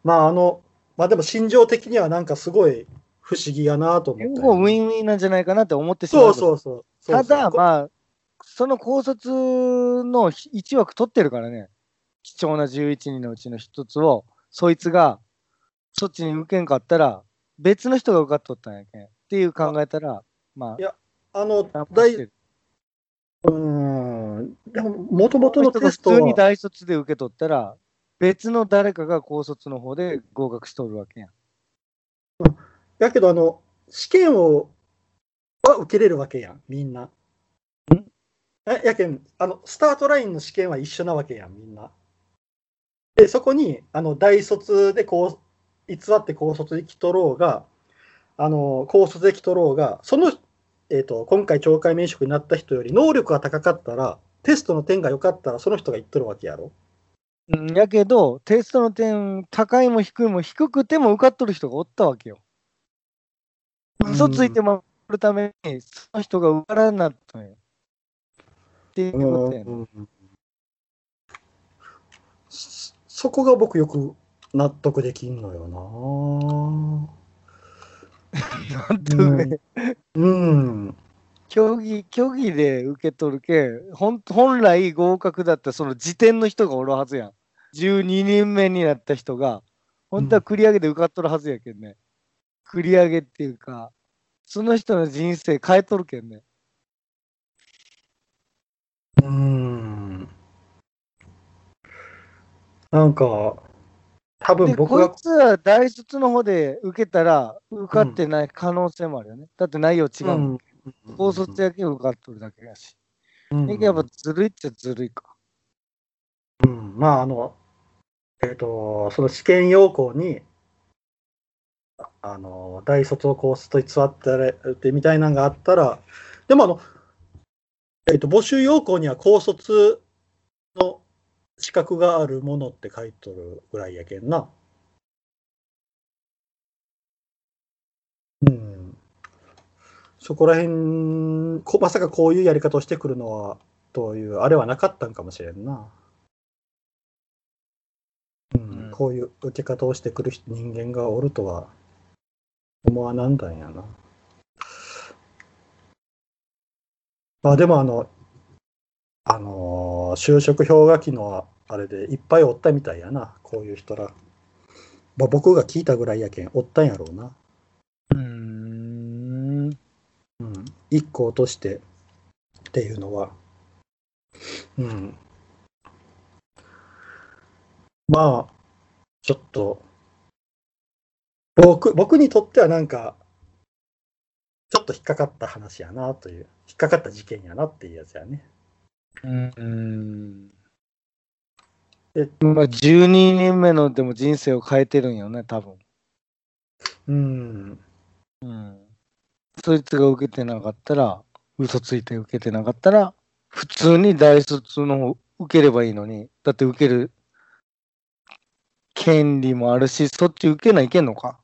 Speaker 1: まあ、あの、まあでも心情的にはなんかすごい不思議やなと思っ
Speaker 2: 結
Speaker 1: た。
Speaker 2: 構ウィンウィンなんじゃないかなって思ってしま。
Speaker 1: そううそうそう。
Speaker 2: ただ、
Speaker 1: あ、
Speaker 2: まあ、その高卒の1枠取ってるからね、貴重な11人のうちの1つを、そいつがそっちに受けんかったら、別の人が受かっとったんやけん。っていう考えたら、ま
Speaker 1: いやあの
Speaker 2: あ、、
Speaker 1: 大、
Speaker 2: 頑張って
Speaker 1: う
Speaker 2: る
Speaker 1: ーん、でも、もともとのテ
Speaker 2: この人が普
Speaker 1: スト
Speaker 2: 通に
Speaker 1: は、
Speaker 2: 大卒で受け取ったら、別の誰かが高卒の方で合格しとるわけやん。
Speaker 1: やけど、あの、試験を、は受けれるわけやん、みんな。えやけん、あの、スタートラインの試験は一緒なわけやん、みんな。で、そこに、あの、大卒でこう、偽って高卒で来とろうが、あの、高卒で来とろうが、その、えっ、と、今回懲戒免職になった人より能力が高かったら、テストの点が良かったら、その人が言っとるわけやろ。
Speaker 2: うんやけど、テストの点、高いも低いも低くても受かっとる人がおったわけよ。嘘ついてもらうために、その人が受からなかったんよ。っていうことやね。
Speaker 1: そそこが僕よく納得できんのよ
Speaker 2: なんとね
Speaker 1: うんな。うん。
Speaker 2: 競技、競技で受け取るけ、ほん本来合格だったその時点の人がおるはずやん。12人目になった人が、本当は繰り上げで受かっとるはずやけんね。繰り上げっていうか、その人の人生変えとるけんね。
Speaker 1: うん。なんか、多分
Speaker 2: で
Speaker 1: 僕
Speaker 2: こい
Speaker 1: が、
Speaker 2: つは大卒の方で受けたら受かってない可能性もあるよね。だって内容違うもん、
Speaker 1: うん
Speaker 2: 高卒やけん受かっとるだけやし。
Speaker 1: うん
Speaker 2: やっぱずるいっちゃずるいか。
Speaker 1: うん、まああの、えっ、と、その試験要項に、ああの、大卒をコースと偽ってってみたいなのがあったら、でもあの、えっ、と、募集要項には高卒の資格があるものって書いとるぐらいやけんな。うん。そこら辺、こまさかこういうやり方をしてくるのは、という、あれはなかったんかもしれんな。うん
Speaker 2: うん
Speaker 1: こういう受け方をしてくる人人間がおるとは思わなんだんやな。まあでもあの、あのー就職氷河期のあれでいっぱいおったみたいやな、こういう人ら。まあ、僕が聞いたぐらいやけん、おったんやろうな。
Speaker 2: うーん。
Speaker 1: うん、一個落としてっていうのは、うん、まあちょっと僕僕にとってはなんかちょっと引っかかった話やなという引っかかった事件やなっていうやつやね。
Speaker 2: うん。
Speaker 1: え
Speaker 2: まあ、12人目のでも人生を変えてるんよね、多分。
Speaker 1: うん、
Speaker 2: うん。そいつが受けてなかったら、嘘ついて受けてなかったら、普通に大卒の方受ければいいのに、だって受ける権利もあるし、そっち受けないけんのか。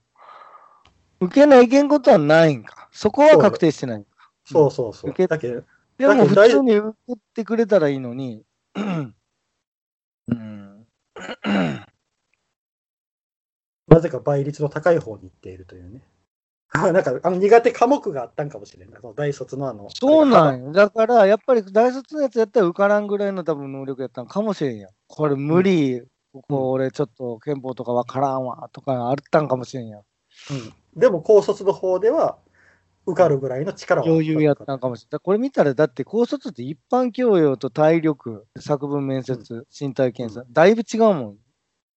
Speaker 2: 受けないけんことはないんか。そこは確定してない。
Speaker 1: そうそうそう。
Speaker 2: 受け
Speaker 1: だけど
Speaker 2: でも
Speaker 1: だけ
Speaker 2: 普
Speaker 1: ど大
Speaker 2: 通に受けてくれたらいいのに、うん、
Speaker 1: なぜか倍率の高い方に行っているというね。あなんかあの苦手科目があったんかもしれない。その大卒のあの。
Speaker 2: そうなん
Speaker 1: ん
Speaker 2: よ。だから、やっぱり大卒のやつやったら受からんぐらいの多分能力やったんかもしれんやん。これ無理、ここ俺ちょっと憲法とかわからんわとかあったんかもしれんやん。
Speaker 1: うん、でも高卒の方では受かるぐらいの力はあ
Speaker 2: 余裕やったんかもしれない。これ見たら、だって高卒って一般教養と体力、作文面接、身体検査、だいぶ違うもん。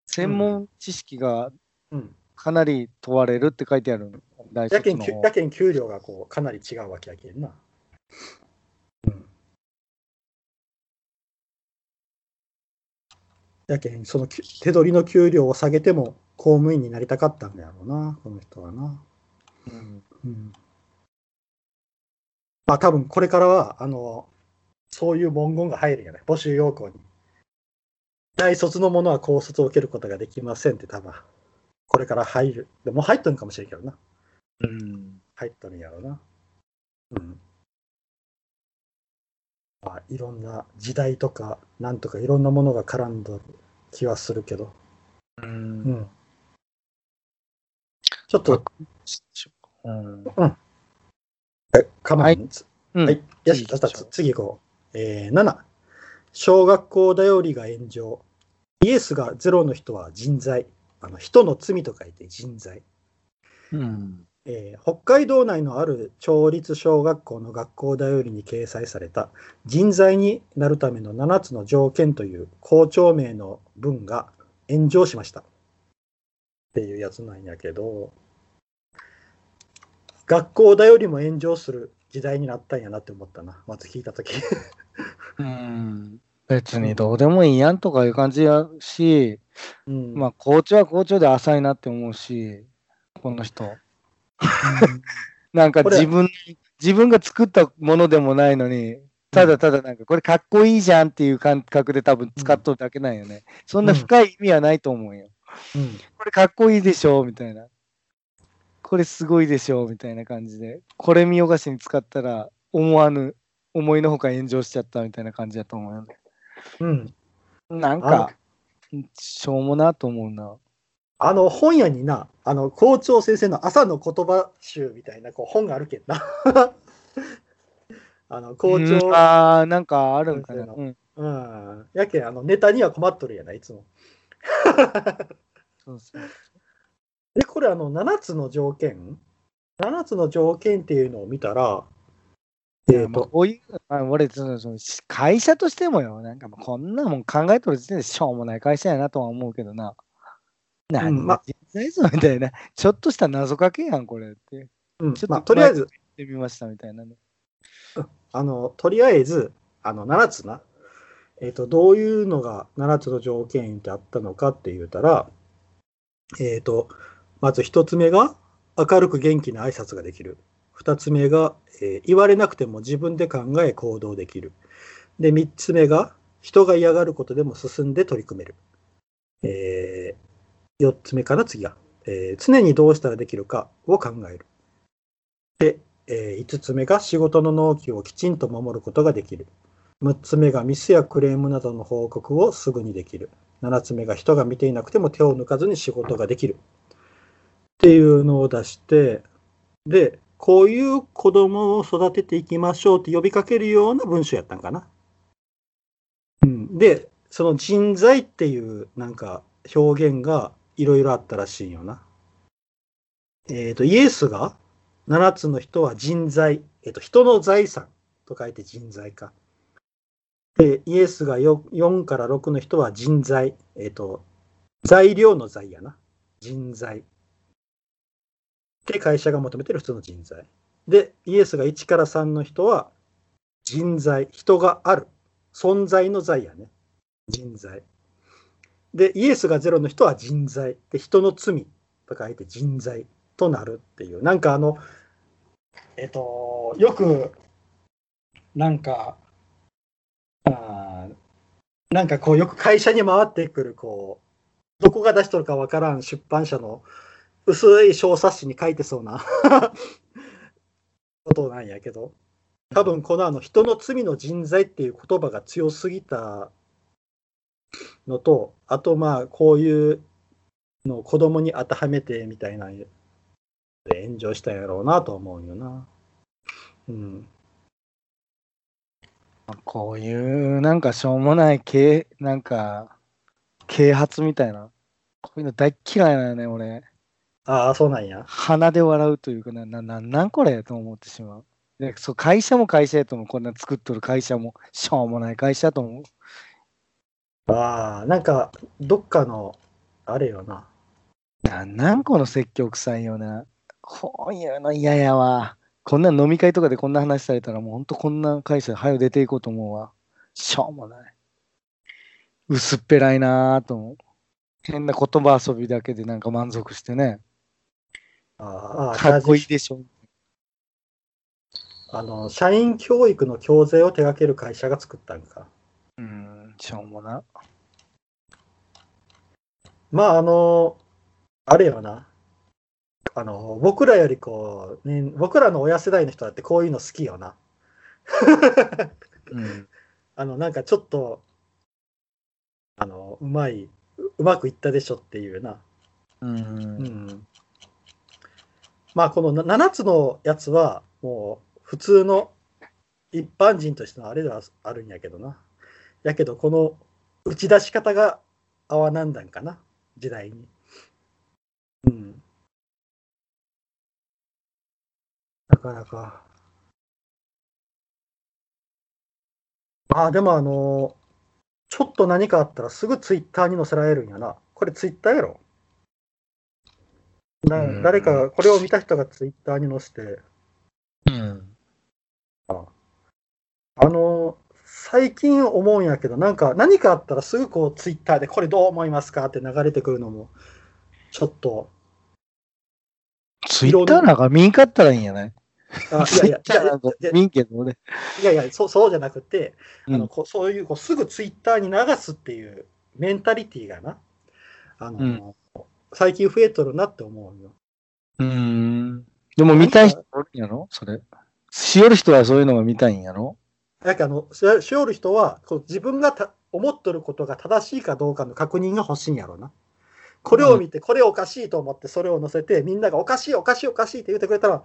Speaker 2: 専門知識が
Speaker 1: うん、
Speaker 2: かなり問われるって書いてあるの大
Speaker 1: や
Speaker 2: 卒
Speaker 1: けん
Speaker 2: の
Speaker 1: きゅ
Speaker 2: 方
Speaker 1: やけん給料がこうかなり違うわけやけんな。うん、やけんそのき手取りの給料を下げても公務員になりたかったんだろうなこの人はな。
Speaker 2: うん
Speaker 1: うんまあ多分これからはあのそういう文言が入るんじゃない募集要項に大卒のものは高卒を受けることができませんって多分これから入るでもう入っとるんかもしれんけどな
Speaker 2: うん
Speaker 1: 入っとるんやろうなうんまあいろんな時代とかなんとかいろんなものが絡んどる気はするけど
Speaker 2: うん
Speaker 1: うんちょっと
Speaker 2: うん
Speaker 1: かまへん
Speaker 2: うん
Speaker 1: はい。よし、
Speaker 2: 次行きましょう
Speaker 1: 私たち次行こう。えー、7。小学校だよりが炎上。イエスがゼロの人は人罪。あの人の罪と書いて人罪。
Speaker 2: うん
Speaker 1: えー北海道内のある町立小学校の学校だよりに掲載された人材になるための7つの条件という校長名の文が炎上しましたっていうやつなんやけど学校だよりも炎上する時代になったんやなって思ったなまず聞いた時
Speaker 2: うん別にどうでもいいやんとかいう感じやし、
Speaker 1: うん
Speaker 2: まあ、校長は校長で浅いなって思うし、この人。なんか
Speaker 1: これ
Speaker 2: 自分、自分が作ったものでもないのに、ただただなんか、これかっこいいじゃんっていう感覚で多分使っとるだけなんよね。そんな深い意味はないと思うよ。
Speaker 1: うん
Speaker 2: これかっこいいでしょみたいな。これすごいでしょみたいな感じで。これ見よがしに使ったら、思わぬ、思いのほか炎上しちゃったみたいな感じだと思うよね。
Speaker 1: うん
Speaker 2: なん
Speaker 1: あ
Speaker 2: か、しょうもなと思うな。
Speaker 1: あの本屋になあの校長先生の朝の言葉集みたいなこう本があるけんな あの校長、
Speaker 2: うんあーなんかあるんかな。
Speaker 1: 校長
Speaker 2: うん。
Speaker 1: うんやけん、あのネタには困っとるやない、いつも。
Speaker 2: そうそう。
Speaker 1: で、これ、あの、7つの条件 ?7 つの条件っていうのを見たら、え
Speaker 2: いや
Speaker 1: ー
Speaker 2: まあ
Speaker 1: と、
Speaker 2: こういう、あ俺そのその、し会社としてもよ、なんかもうこんなもん考えとる時点でしょうもない会社やなとは思うけどな。何
Speaker 1: ま
Speaker 2: が人材像みたいな、ちょっとした謎かけやん、これって。行っ
Speaker 1: うん
Speaker 2: ちょっと
Speaker 1: まあ、とりあえず、
Speaker 2: てみましたみたいなね。
Speaker 1: あの、とりあえず、あの、7つな。えっ、と、どういうのが7つの条件ってあったのかって言うたら、えっ、と、まず1つ目が、明るく元気な挨拶ができる。2つ目が、えー言われなくても自分で考え行動できる。で、3つ目が、人が嫌がることでも進んで取り組める。え4つ目かな、次が。えー常にどうしたらできるかを考える。え5つ目が仕事の納期をきちんと守ることができる。6つ目がミスやクレームなどの報告をすぐにできる。7つ目が人が見ていなくても手を抜かずに仕事ができる。っていうのを出して、で、こういう子供を育てていきましょうって呼びかけるような文章やったんかな。うん、で、その人材っていうなんか表現がいろいろあったらしいんよな。えっ、と、イエスが7つの人は人材、えっと、人の財産と書いて人材か。で、イエスがよ4から6の人は人材、えっと、材料の財やな。人材。で、会社が求めてる人の人材。で、イエスが1から3の人は人材、人がある。存在の財やね。人材。で、イエスが0の人は人材。で、人の罪と書いて人材となるっていう。なんかあの、えっと、よく、なんか、あーなんかこう、よく会社に回ってくる、こう、どこが出しとるかわからん出版社の薄い小冊子に書いてそうな ことなんやけど、多分このあの、人の罪の人材っていう言葉が強すぎたのと、あとまあ、こういうのを子供に当てはめてみたいなで炎上したんやろうなと思うよな。うん。
Speaker 2: まあこういう、なんかしょうもない、啓なんか、啓発みたいな。こういうの大っ嫌いなよね、俺。
Speaker 1: ああ、そうなんや。
Speaker 2: 鼻で笑うというかな、な、ななんこれと思ってしまう。でそう会社も会社やと思う。こんな作っとる会社も、しょうもない会社やと思う。
Speaker 1: ああ、なんか、どっかの、あれよな。
Speaker 2: なんなんこの説教臭いような。こういうの嫌やわ。こんな飲み会とかでこんな話されたらもうほんとこんな会社早く出ていこうと思うわ。しょうもない。薄っぺらいなぁと思う。変な言葉遊びだけでなんか満足してね。
Speaker 1: ああああ、
Speaker 2: かっこいいでしょ。
Speaker 1: あの、社員教育の教材を手掛ける会社が作ったんか。
Speaker 2: うん、しょうもな。
Speaker 1: まあ、あの、あれよな。あの、僕らよりこう、ね、僕らの親世代の人だってこういうの好きよな。
Speaker 2: うん。
Speaker 1: あの、なんかちょっと、あの、うまい、ううまくいったでしょっていうな。
Speaker 2: うん。
Speaker 1: うん。まあ、この7つのやつは、もう、普通の一般人としてのあれではあるんやけどな。やけど、この打ち出し方が合わなんだんかな、時代に。うん。なかなか。まあ、でも、あの、ちょっと何かあったらすぐツイッターに載せられるんやな。これツイッターやろな
Speaker 2: うん
Speaker 1: 誰かが、これを見た人がツイッターに載せて、
Speaker 2: うん。
Speaker 1: あの、最近思うんやけど、なんか何かあったらすぐこうツイッターでこれどう思いますかって流れてくるのも、ちょっと、
Speaker 2: ツイッターなんか見んかったらいいんやない
Speaker 1: あいや
Speaker 2: ツイ
Speaker 1: いや
Speaker 2: ッターなんか
Speaker 1: いやい
Speaker 2: 見んけどね。
Speaker 1: やいやいや、そうそうじゃなくて、あ
Speaker 2: う
Speaker 1: の
Speaker 2: ん
Speaker 1: こうそういうこうすぐツイッターに流すっていうメンタリティーがな、あの
Speaker 2: うん
Speaker 1: 最近増えとるなって思うよ。
Speaker 2: うん。でも見たい人おるんやろそれ。しよる人はそういうのが見たいんやろ
Speaker 1: なんかあのししおる人はこう自分がた思っとることが正しいかどうかの確認が欲しいんやろうな。これを見て、これおかしいと思って、それを載せて、みんながおかしい、おかしい、おかしいって言ってくれたら、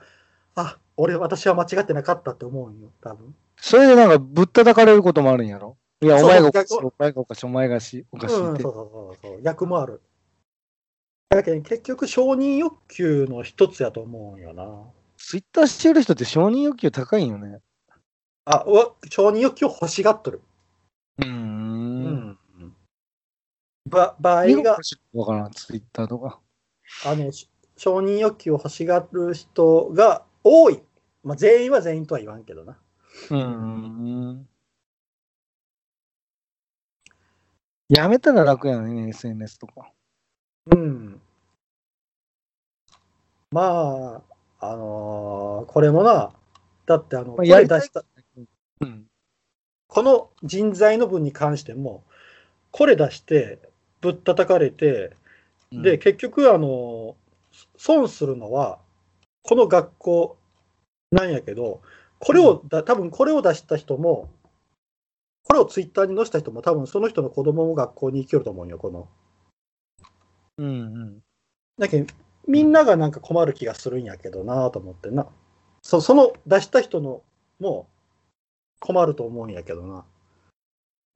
Speaker 1: あ、俺、私は間違ってなかったって思うんよ、多分。
Speaker 2: それでなんかぶったたかれることもあるんやろいや、
Speaker 1: そう
Speaker 2: お前がおかしい、
Speaker 1: 逆
Speaker 2: お前がおかしい、お前がしおかしい
Speaker 1: うん、
Speaker 2: って
Speaker 1: そう。そうそうそう、逆もある。だけど、結局、承認欲求の一つやと思うんよな。
Speaker 2: ツイッターしてる人って承認欲求高いんよね。
Speaker 1: あ、うわ承認欲求を欲しがっとる。
Speaker 2: うー。
Speaker 1: うんば場合
Speaker 2: 何が
Speaker 1: が
Speaker 2: 欲しいのかわからん、ツイッターとか。
Speaker 1: あのし承認欲求を欲しがる人が多い、まあ、全員は全員とは言わんけどな
Speaker 2: うん。やめたら楽やのにね、SNS とか。
Speaker 1: うんまああのーこれもなだってあの、
Speaker 2: まあ
Speaker 1: こ
Speaker 2: や
Speaker 1: れ
Speaker 2: りたい
Speaker 1: 出した
Speaker 2: うん。
Speaker 1: この人材の分に関してもこれ出してぶったたかれてで、結局、あの、損するのは、この学校なんやけど、これをだ、多分これを出した人も、これをツイッターに載せた人も、多分その人の子供も学校に行けると思うんよ、この。
Speaker 2: うんうん。
Speaker 1: だけどみんながなんか困る気がするんやけどなぁと思ってな。そその出した人のも困ると思うんやけどな。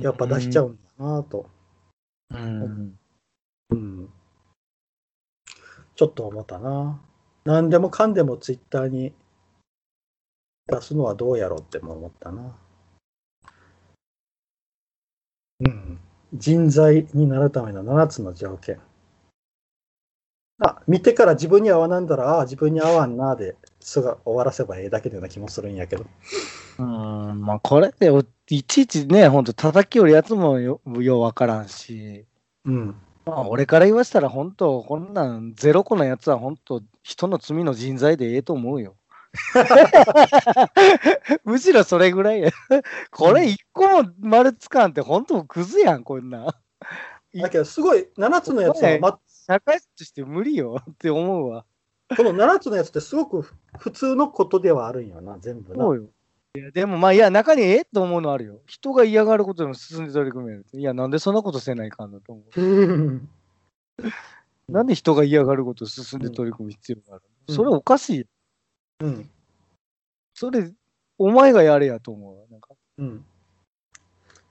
Speaker 1: やっぱ出しちゃうんだなぁと、
Speaker 2: うん。
Speaker 1: うん。ちょっと思ったな。何でもかんでもツイッターに出すのはどうやろうっても思ったな。うん。人材になるための7つの条件。あ、見てから自分に合わなんだら、ああ、自分に合わんなで、すが終わらせばええだけのような気もするんやけど。
Speaker 2: うん。まあ、これでお、いちいちね、ほんと叩きよるやつもよようわからんし。
Speaker 1: うん。
Speaker 2: まあ、俺から言わしたら、本当こんなん、ゼロ個のやつは、本当人の罪の人材でええと思うよ。 むしろそれぐらいや。これ一個も丸つかんって、本当クズやん、こんなん。
Speaker 1: だけど、すごい、7つのやつは、ま、
Speaker 2: 社会人として無理よって思うわ。
Speaker 1: この7つのやつってすごくふ普通のことではあるんよな、全部な
Speaker 2: そ。うよ。いや、でもまあ、いや、中にええと思うのあるよ。人が嫌がることでも進んで取り組める。いや、なんでそんなことせないかんだと思
Speaker 1: うん
Speaker 2: う。なんで人が嫌がることを進んで取り組む必要がある、
Speaker 1: うん
Speaker 2: それおかしいよ。
Speaker 1: うん。
Speaker 2: それ、お前がやれやと思うわ。なんか
Speaker 1: うん。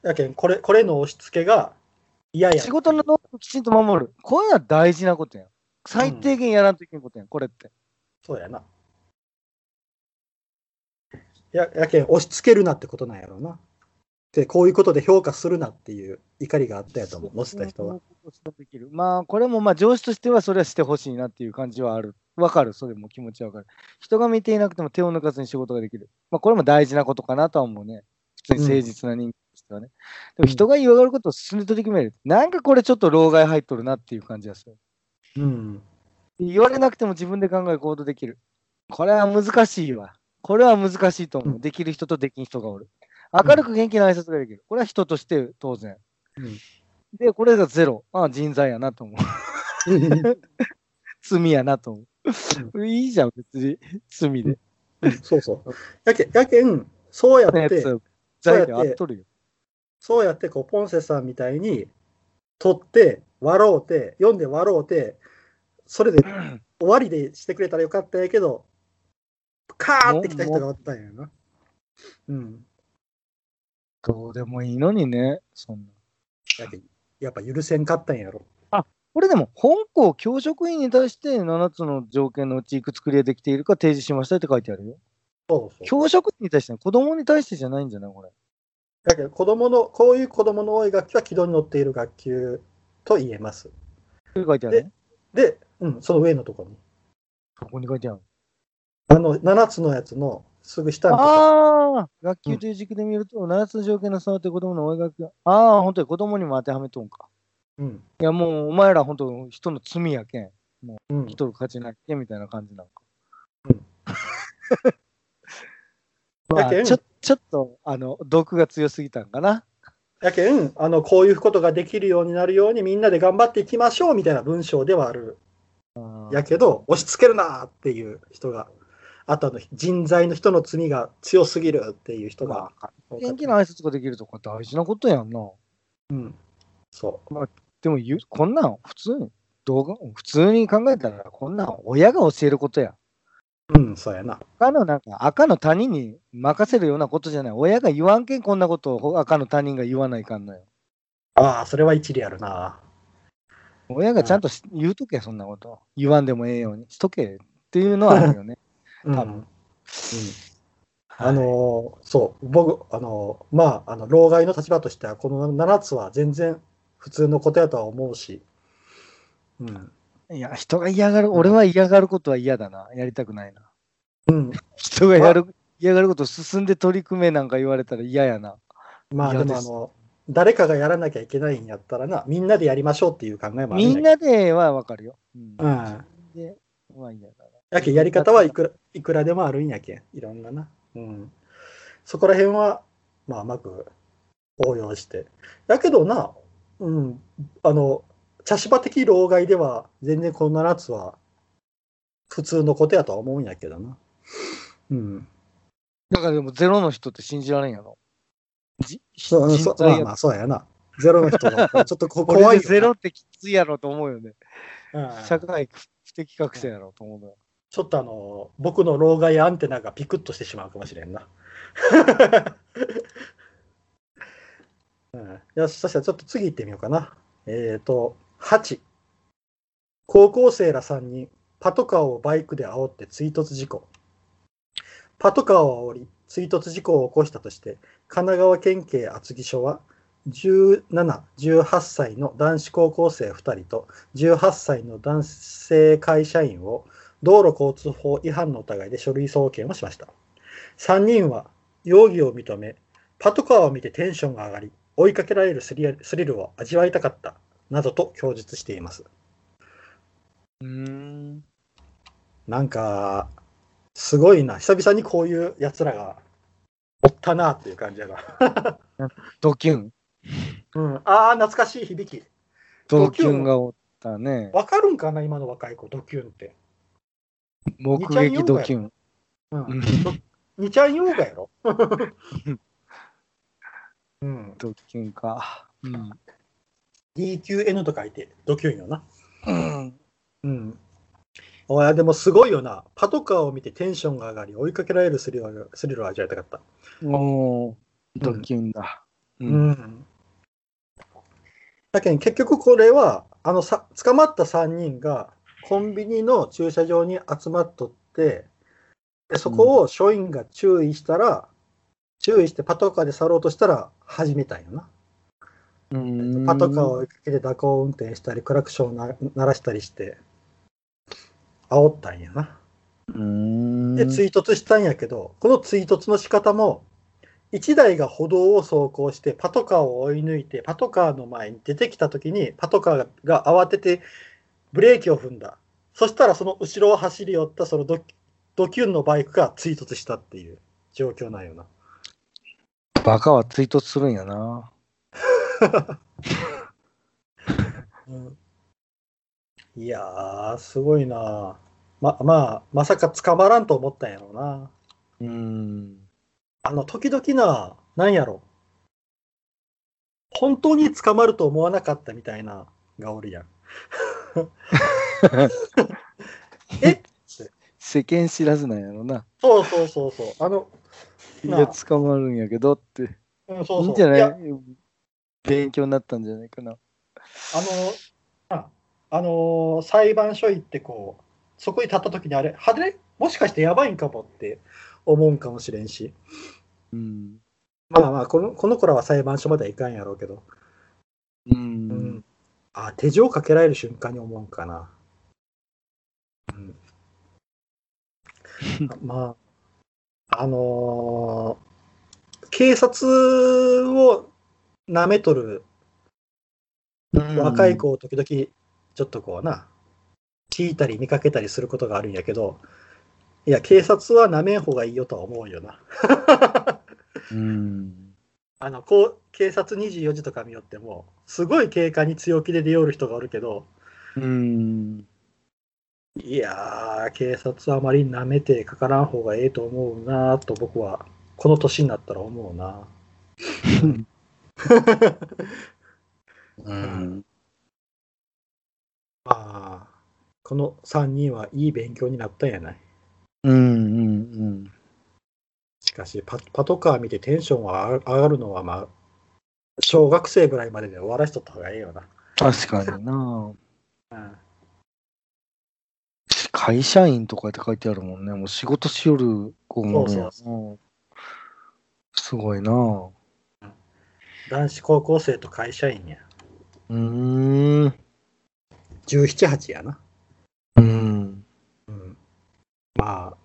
Speaker 1: やけん、これ、これの押し付けが嫌や。
Speaker 2: 仕事の。納期をきちんと守る。こういうのは大事なことやん。最低限やらんといけんことやん、これって。
Speaker 1: そうやな。や、やけん、押し付けるなってことなんやろうな。で、こういうことで評価するなっていう怒りがあったやと思う、乗せた人は。。
Speaker 2: できるまあ、これもまあ上司としてはそれはしてほしいなっていう感じはある。わかる、それも気持ちはわかる。人が見ていなくても手を抜かずに仕事ができる。まあ、これも大事なことかなとは思うね。普通に誠実な人間としてはね。でも人が嫌がることを進んで取り組める。なんかこれちょっと老害入っとるなっていう感じがする。
Speaker 1: うん。
Speaker 2: 言われなくても自分で考え行動できる。これは難しいわ。これは難しいと思
Speaker 1: う
Speaker 2: う。
Speaker 1: ん
Speaker 2: できる人とできん人がおる。明るく元気な挨拶ができる。これは人として当然。
Speaker 1: うん
Speaker 2: で、これがゼロ。ああ人材やなと思う。 罪やなと思う。いいじゃん、別に。罪で。
Speaker 1: そうそう。やけやけん、そう や
Speaker 2: や
Speaker 1: って、
Speaker 2: つ、罪であっとるよ。
Speaker 1: そうやってこうポンセさんみたいに取って笑うて読んで笑うてそれで終わりでしてくれたらよかったんやけどカーってきた人がおったんやな。うん。
Speaker 2: どうでもいいのにね、そんな。
Speaker 1: やけやっぱ許せんかったんやろ。
Speaker 2: これでも、本校教職員に対して7つの条件のうちいくつクリアできているか提示しましたって書いてあるよ。
Speaker 1: そうそう。
Speaker 2: 教職員に対してね、子供に対してじゃないんじゃないこれ。
Speaker 1: だけど子供のこういう子供の多い学級は軌道に乗っている学級と言えます。
Speaker 2: って書いてあるね。
Speaker 1: で、うん、その上のところに。
Speaker 2: ここに書いてある。
Speaker 1: あの7つのやつのすぐ下のとこ
Speaker 2: ああ学級という軸で見ると、7つの条件の備わって子供の追い学級。ああ、本当に子供にも当てはめとんか。
Speaker 1: うん。
Speaker 2: いや、もうお前ら本当人の罪やけん。
Speaker 1: うん
Speaker 2: 人の勝ちなっけんみたいな感じなんか。
Speaker 1: うん
Speaker 2: ま
Speaker 1: や
Speaker 2: あ、
Speaker 1: けん
Speaker 2: ちょちょっと、あの、毒が強すぎたんかな。
Speaker 1: やけん、あの、こういうことができるようになるようにみんなで頑張っていきましょうみたいな文章ではある。
Speaker 2: あー
Speaker 1: やけど、押し付けるなっていう人が、あとあの、人材の人の罪が強すぎるっていう人が
Speaker 2: まあ、元気な挨拶ができるとか大事なことやんな。
Speaker 1: うん。そ
Speaker 2: でもゆ、こんなん普通に、動画、普通に考えたら、こんなん親が教えることや。
Speaker 1: う。うん、そうやな。
Speaker 2: 赤のなんか赤の他人に任せるようなことじゃない。親が言わんけん、こんなことを赤の他人が言わないかんのよ。
Speaker 1: ああ、それは一理あるな。
Speaker 2: 親がちゃんとし言うとけ、そんなこと。言わんでもええようにしとけっていうのはあるよね。
Speaker 1: うん。
Speaker 2: 多分
Speaker 1: うんあのーそう、僕、あのーまあ、あの、老害の立場としては、この7つは全然普通のことやとは思うし、うん。
Speaker 2: いや、人が嫌がる、俺は嫌がることは嫌だな。やりたくないな。
Speaker 1: うん。
Speaker 2: 人がやる嫌がることを進んで取り組めなんか言われたら嫌やな。
Speaker 1: まあ
Speaker 2: 嫌
Speaker 1: で
Speaker 2: で
Speaker 1: も
Speaker 2: す
Speaker 1: あの、誰かがやらなきゃいけないんやったらな、みんなでやりましょうっていう考えもある
Speaker 2: みん
Speaker 1: や
Speaker 2: なではわかるよ。うん。
Speaker 1: けんうん。
Speaker 2: で、まあ嫌だな。
Speaker 1: やけんやり方はいくらいくらでもあるんやけん。いろんなな。うん。そこら辺は、まあうまく応用して。やけどな、うん、あの、茶芝的老害では全然この7つは普通のことやとは思うんやけどな。うん。
Speaker 2: だからでもゼロの人って信じられんやろ。じ
Speaker 1: そううんそうま
Speaker 2: 人
Speaker 1: あ
Speaker 2: 材や
Speaker 1: まあ、そうやな。ゼロの人が、ちょっと こ
Speaker 2: これで
Speaker 1: 怖いよな。
Speaker 2: ゼロってきついやろと思うよね。
Speaker 1: うん
Speaker 2: 社会不適格者やろと思うのよ。
Speaker 1: ちょっとあの、僕の老害アンテナがピクッとしてしまうかもしれんな。 うん、よし、そしたらちょっと次行ってみようかな。えっ、と、8。高校生ら3人、パトカーをバイクで煽って追突事故。パトカーを煽り、追突事故を起こしたとして、神奈川県警厚木署は、17、18歳の男子高校生2人と18歳の男性会社員を道路交通法違反の疑いで書類送検をしました。3人は容疑を認め、パトカーを見てテンションが上がり、追いかけられるスリルスリルを味わいたかった、などと供述しています。
Speaker 2: うーん。
Speaker 1: なんか、すごいな。久々にこういう奴らがおったなっていう感じやな。
Speaker 2: ドキュン。
Speaker 1: うん、ああ、懐かしい響き。
Speaker 2: ド
Speaker 1: ド
Speaker 2: キ
Speaker 1: キ
Speaker 2: ュ
Speaker 1: ュン
Speaker 2: ンがおったね。
Speaker 1: わかるんかな、今の若い子、ドキュンって。
Speaker 2: 目撃ドキュン。
Speaker 1: う
Speaker 2: うん
Speaker 1: ん、二ちゃん用語やろ。うん、
Speaker 2: ドキュンか。うん。
Speaker 1: DQN と書いて、ドキュンよな。
Speaker 2: うん
Speaker 1: うん。おや、でもすごいよな。パトカーを見てテンションが上がり、追いかけられるスリルをスリルを味わいたかった。
Speaker 2: おードキュンだ。う。
Speaker 1: うんん。だけど結局これは、あのさ、捕まった3人がコンビニの駐車場に集まっとって、でそこを署員が注意したら、注意してパトカーで去ろうとしたら始めたんよな。
Speaker 2: うん
Speaker 1: パトカーを追いかけて蛇行運転したり、クラクションをな鳴らしたりして、煽ったんやな。
Speaker 2: うん
Speaker 1: で、追突したんやけど、この追突の仕方も、1台が歩道を走行して、パトカーを追い抜いて、パトカーの前に出てきたときに、パトカーが慌ててブレーキを踏んだ。そしたら、その後ろを走り寄った、そのドキドキュンのバイクが追突したっていう状況なんよな。
Speaker 2: バカは追突するんやな。
Speaker 1: いやー、すごいなま、まあ、まさか捕まらんと思ったんやろうな。
Speaker 2: うん。
Speaker 1: あの、時々な、なんやろ。本当に捕まると思わなかったみたいな、がおるやん。
Speaker 2: 世間知らずなんやろな。
Speaker 1: そうそうそうそう。あの、
Speaker 2: い
Speaker 1: なあ
Speaker 2: や、捕まるんやけどって。
Speaker 1: うん、そうそう。
Speaker 2: いいんじゃない
Speaker 1: いや
Speaker 2: 勉強になったんじゃないかな。
Speaker 1: あの、ああのー裁判所行ってこう、そこに立った時にあれ、はれもしかしてやばいんかもって思うんかもしれんし。
Speaker 2: うん。
Speaker 1: まあまあ、この、この子らは裁判所まではいかんやろうけど。
Speaker 2: う。
Speaker 1: うんん。あ、手錠かけられる瞬間に思うんかな。うん。あまあ、あのー警察を舐めとる若い子を時々、ちょっとこうな、聞いたり見かけたりすることがあるんやけど、いや、警察は舐めん方がいいよとは思うよな。
Speaker 2: うん。
Speaker 1: あの、こう、警察24時とか見よっても、すごい警官に強気で出よる人がおるけど、
Speaker 2: うん。
Speaker 1: いやー、警察はあまり舐めてかからん方がええと思うなと僕は、この年になったら思うな。
Speaker 2: うん。
Speaker 1: まあ、この3人はいい勉強になったんやない。
Speaker 2: うん。うん。
Speaker 1: しかしパ、パトカー見てテンションが上がるのは、まあ、小学生ぐらいまでで終わらしとった方がええよな。
Speaker 2: 確かにな。
Speaker 1: うん、
Speaker 2: 会社員とかって書いてあるもんね。もう仕事しよる子もおるやん
Speaker 1: そう
Speaker 2: すごいな。
Speaker 1: 男子高校生と会社員や。
Speaker 2: うん。
Speaker 1: 17、8やな。
Speaker 2: うん。
Speaker 1: うん、ま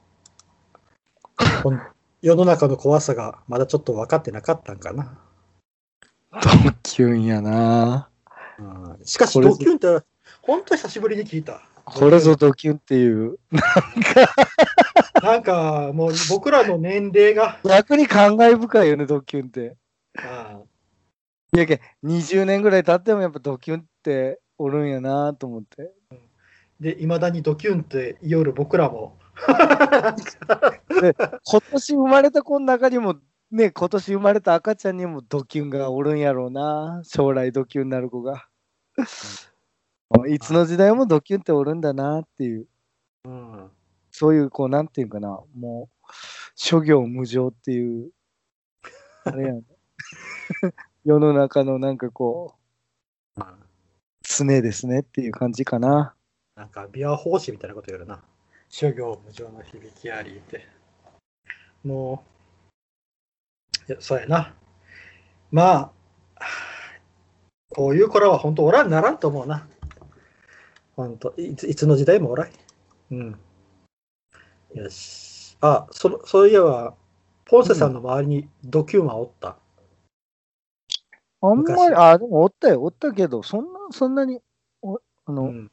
Speaker 1: あ、こん 世の中の怖さがまだちょっと分かってなかったんかな。
Speaker 2: ドキュンやな。
Speaker 1: うんしかし、
Speaker 2: これ
Speaker 1: ドキュンって、本当久しぶりに聞いた。
Speaker 2: これぞドキュンっていう。
Speaker 1: なんか、もう僕らの年齢が。
Speaker 2: 逆に感慨深いよね、ドキュンって。
Speaker 1: あ
Speaker 2: いやけん、20年ぐらい経ってもやっぱドキュンっておるんやなと思って。
Speaker 1: で、いまだにドキュンって言おる僕らも。
Speaker 2: 今年生まれた子の中にも、ね、今年生まれた赤ちゃんにもドキュンがおるんやろうな。将来ドキュンになる子が。いつの時代もドキュンっておるんだなっていう。
Speaker 1: うん、
Speaker 2: そういう、こう、なんていうんかな、もう、諸行無常っていう、あれやん。世の中のなんかこう、常ですねっていう感じかな。
Speaker 1: なんか、ビア法師みたいなこと言うよな。諸行無常の響きありって。もう、いや、そうやな。まあ、こういう子らは本当おらんならんと思うな。本当いつ、いつの時代もおらん。うん。よし。あ、そのそういえば、ポンセさんの周りにドキュンはおった。
Speaker 2: あんま
Speaker 1: 昔
Speaker 2: り、あ、でもおったよ、おったけど、そんな、そんなに、おあの、
Speaker 1: うん。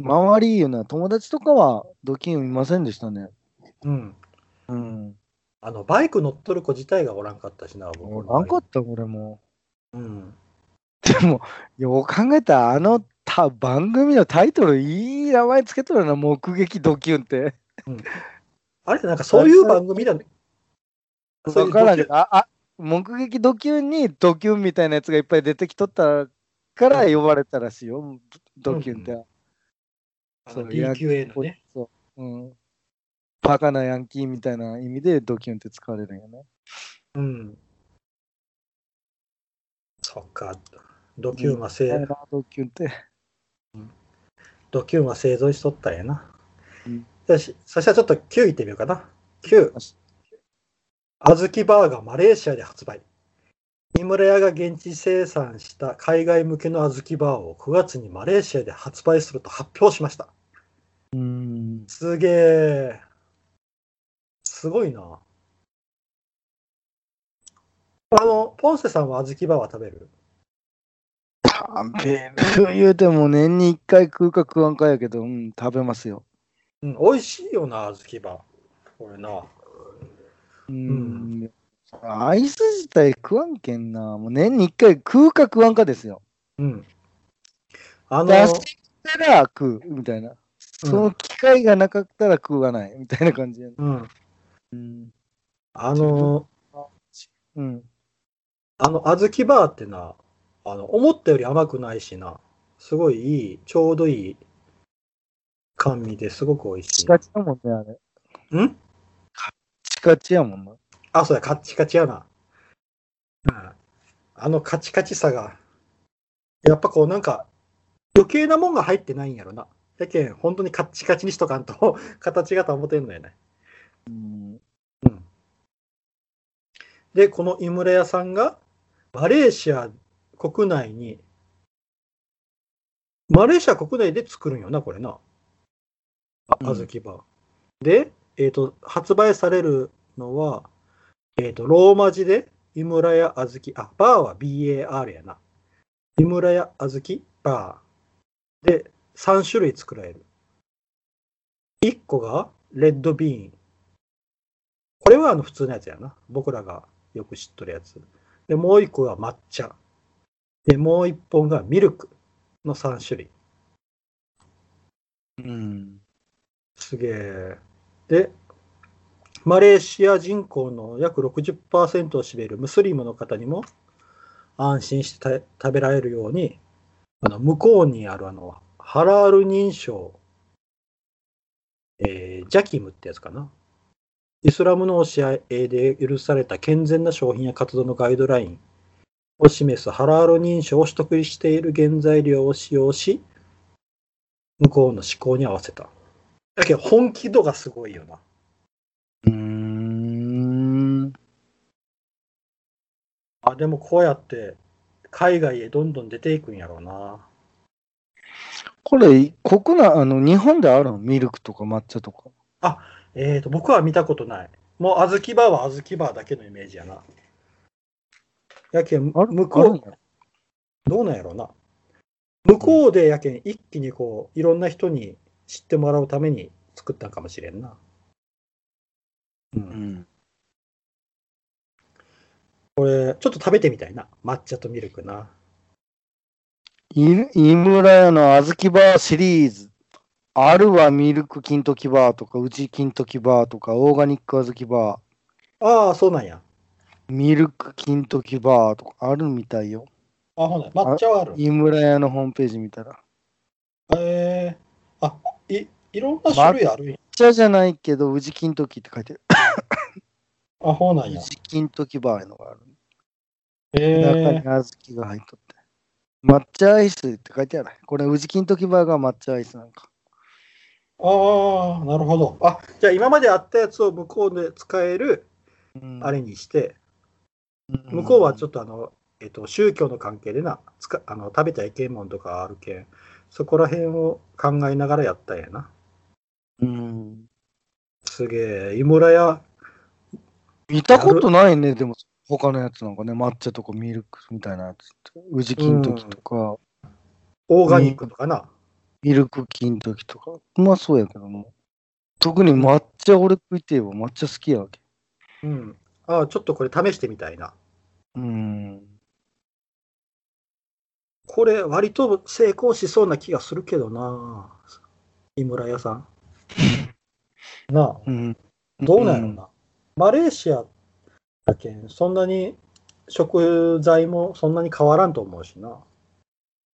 Speaker 2: 周りいうのは友達とかはドキンいませんでしたね。
Speaker 1: うん。
Speaker 2: うん。
Speaker 1: あの、バイク乗っとる子自体がおらんかったしな、僕の周り
Speaker 2: なんかあった、俺も。
Speaker 1: うん。
Speaker 2: でも、よく考えたら、あの、た番組のタイトル、いい名前つけとるな、目撃ドキュンって。
Speaker 1: あれなんかそういう番組だね。そういう
Speaker 2: わからん
Speaker 1: ドキ
Speaker 2: け
Speaker 1: ュ
Speaker 2: ど、あ、あ、目撃ドキュンにドキュンみたいなやつがいっぱい出てきとったから呼ばれたらしいよ、ドキュンって。
Speaker 1: あの
Speaker 2: そうヤンキ
Speaker 1: DQA のね。
Speaker 2: そう。うん。バカなヤンキーみたいな意味でドキュンって使われるんやね。
Speaker 1: うん。そっか。ドキュンはせ、
Speaker 2: あれなドキュンって。
Speaker 1: ドキュンは生存しとったんやな。
Speaker 2: うん
Speaker 1: よし、そしたらちょっと9いってみようかな。9。あずきバーがマレーシアで発売。三村屋が現地生産した海外向けのあずきバーを9月にマレーシアで発売すると発表しました。
Speaker 2: うん。
Speaker 1: すげえ。すごいな。あの、ポンセさんはあずきバーは食べる
Speaker 2: べる言うても年に1回食うか食わんかやけど、うん、食べますよ。
Speaker 1: うん、美味しいよな、あずきバー。これな。
Speaker 2: うん。アイス自体食わんけんな。もう年に1回食うか食わんかですよ。
Speaker 1: うん。あの、
Speaker 2: 出したら食うみたいな。その機会がなかったら食わないみたいな感じやね。
Speaker 1: うん。
Speaker 2: うん。
Speaker 1: あの、
Speaker 2: うん。
Speaker 1: あの、あずきバーってな、あの、思ったより甘くないしな、すごいいい、ちょうどいい甘味ですごく美味し
Speaker 2: チカチやもんね、あれ。
Speaker 1: い。ん
Speaker 2: チカチやもんな。
Speaker 1: あ、そうや、カッチカチやな。うん。あのカチカチさが、やっぱこうなんか、余計なもんが入ってないんやろな。やけん、本当にカッチカチにしとかんと、 形が保てんのやね。
Speaker 2: うん。
Speaker 1: うんで、この井村屋さんが、マレーシア国内に、マレーシア国内で作るんよな、これな。あ
Speaker 2: うん
Speaker 1: あずきバー。で、えっ、と、発売されるのは、えっ、と、ローマ字で、井村屋あずき、あ、バーは BAR やな。井村屋あずき、バー。で、3種類作られる。1個が、レッドビーン。これはあの普通のやつやな。僕らがよく知っとるやつ。で、もう一個が抹茶。で、もう一本がミルクの3種類。
Speaker 2: うん。
Speaker 1: すげえ。で、マレーシア人口の約60%を占めるムスリムの方にも安心してた食べられるように、あの向こうにあるあのハラール認証、えージャキムってやつかな。イスラムの教えで許された健全な商品や活動のガイドラインを示すハラール認証を取得している原材料を使用し、向こうの思考に合わせた。だけど本気度がすごいよな。
Speaker 2: うーん。
Speaker 1: あ、でもこうやって海外へどんどん出ていくんやろうな。
Speaker 2: これ、国内、あの、日本であるのミルクとか抹茶とか。
Speaker 1: えーと、僕は見たことない。もう小豆バーは小豆バーだけのイメージやな。やけん、
Speaker 2: ある
Speaker 1: 向
Speaker 2: あるん
Speaker 1: こ
Speaker 2: や
Speaker 1: う、どうなんやろうな。向こうでやけん、一気にこう、いろんな人に知ってもらうために作ったんかもしれんな。う。
Speaker 2: うんん。
Speaker 1: これ、ちょっと食べてみたいな。抹茶とミルクな。
Speaker 2: い井村屋のあずきバーシリーズ。あるはミルク金時バーとか、うち金時バーとか、オーガニックあずきバ
Speaker 1: ああ、そうなんや。
Speaker 2: ー、ミルク金時バーとかあるみたいよ。
Speaker 1: あ、ほんな抹茶はある。
Speaker 2: 井村屋のホームページ見たら。抹
Speaker 1: えー、あ、い、いろんな種類あるんや。
Speaker 2: 茶じゃないけど、うち金時って書いてる。
Speaker 1: あ、ほうなん
Speaker 2: う
Speaker 1: や。
Speaker 2: ち金時バーのがある。
Speaker 1: え
Speaker 2: 中
Speaker 1: ー
Speaker 2: に、あずきが入っとって。抹茶アイスって書いてある。これ、うち金時バーが抹茶アイスなんか。
Speaker 1: ああ、なるほど。あ、じゃあ今まであったやつを向こうで使える
Speaker 2: うん
Speaker 1: あれにして、向こうはちょっとあの、えっと、宗教の関係でな、つかあの食べちゃいけんもんとかあるけん、そこら辺を考えながらやったんやな。
Speaker 2: うん。
Speaker 1: すげえ、井村屋、
Speaker 2: 見たことないね、でも、他のやつなんかね、抹茶とかミルクみたいなやつって。宇治金時とか、
Speaker 1: オーガニックとかな。
Speaker 2: ミルク金時とか。うまそうやけども。特に抹茶俺食いてえわ。抹茶好きやわけ。
Speaker 1: うん。ああ、ちょっとこれ試してみたいな。
Speaker 2: うん。
Speaker 1: これ、割と成功しそうな気がするけどな。井村屋 さん。なあ。
Speaker 2: うん。
Speaker 1: どうなんやろな。マレーシアだけん、そんなに食材もそんなに変わらんと思うしな。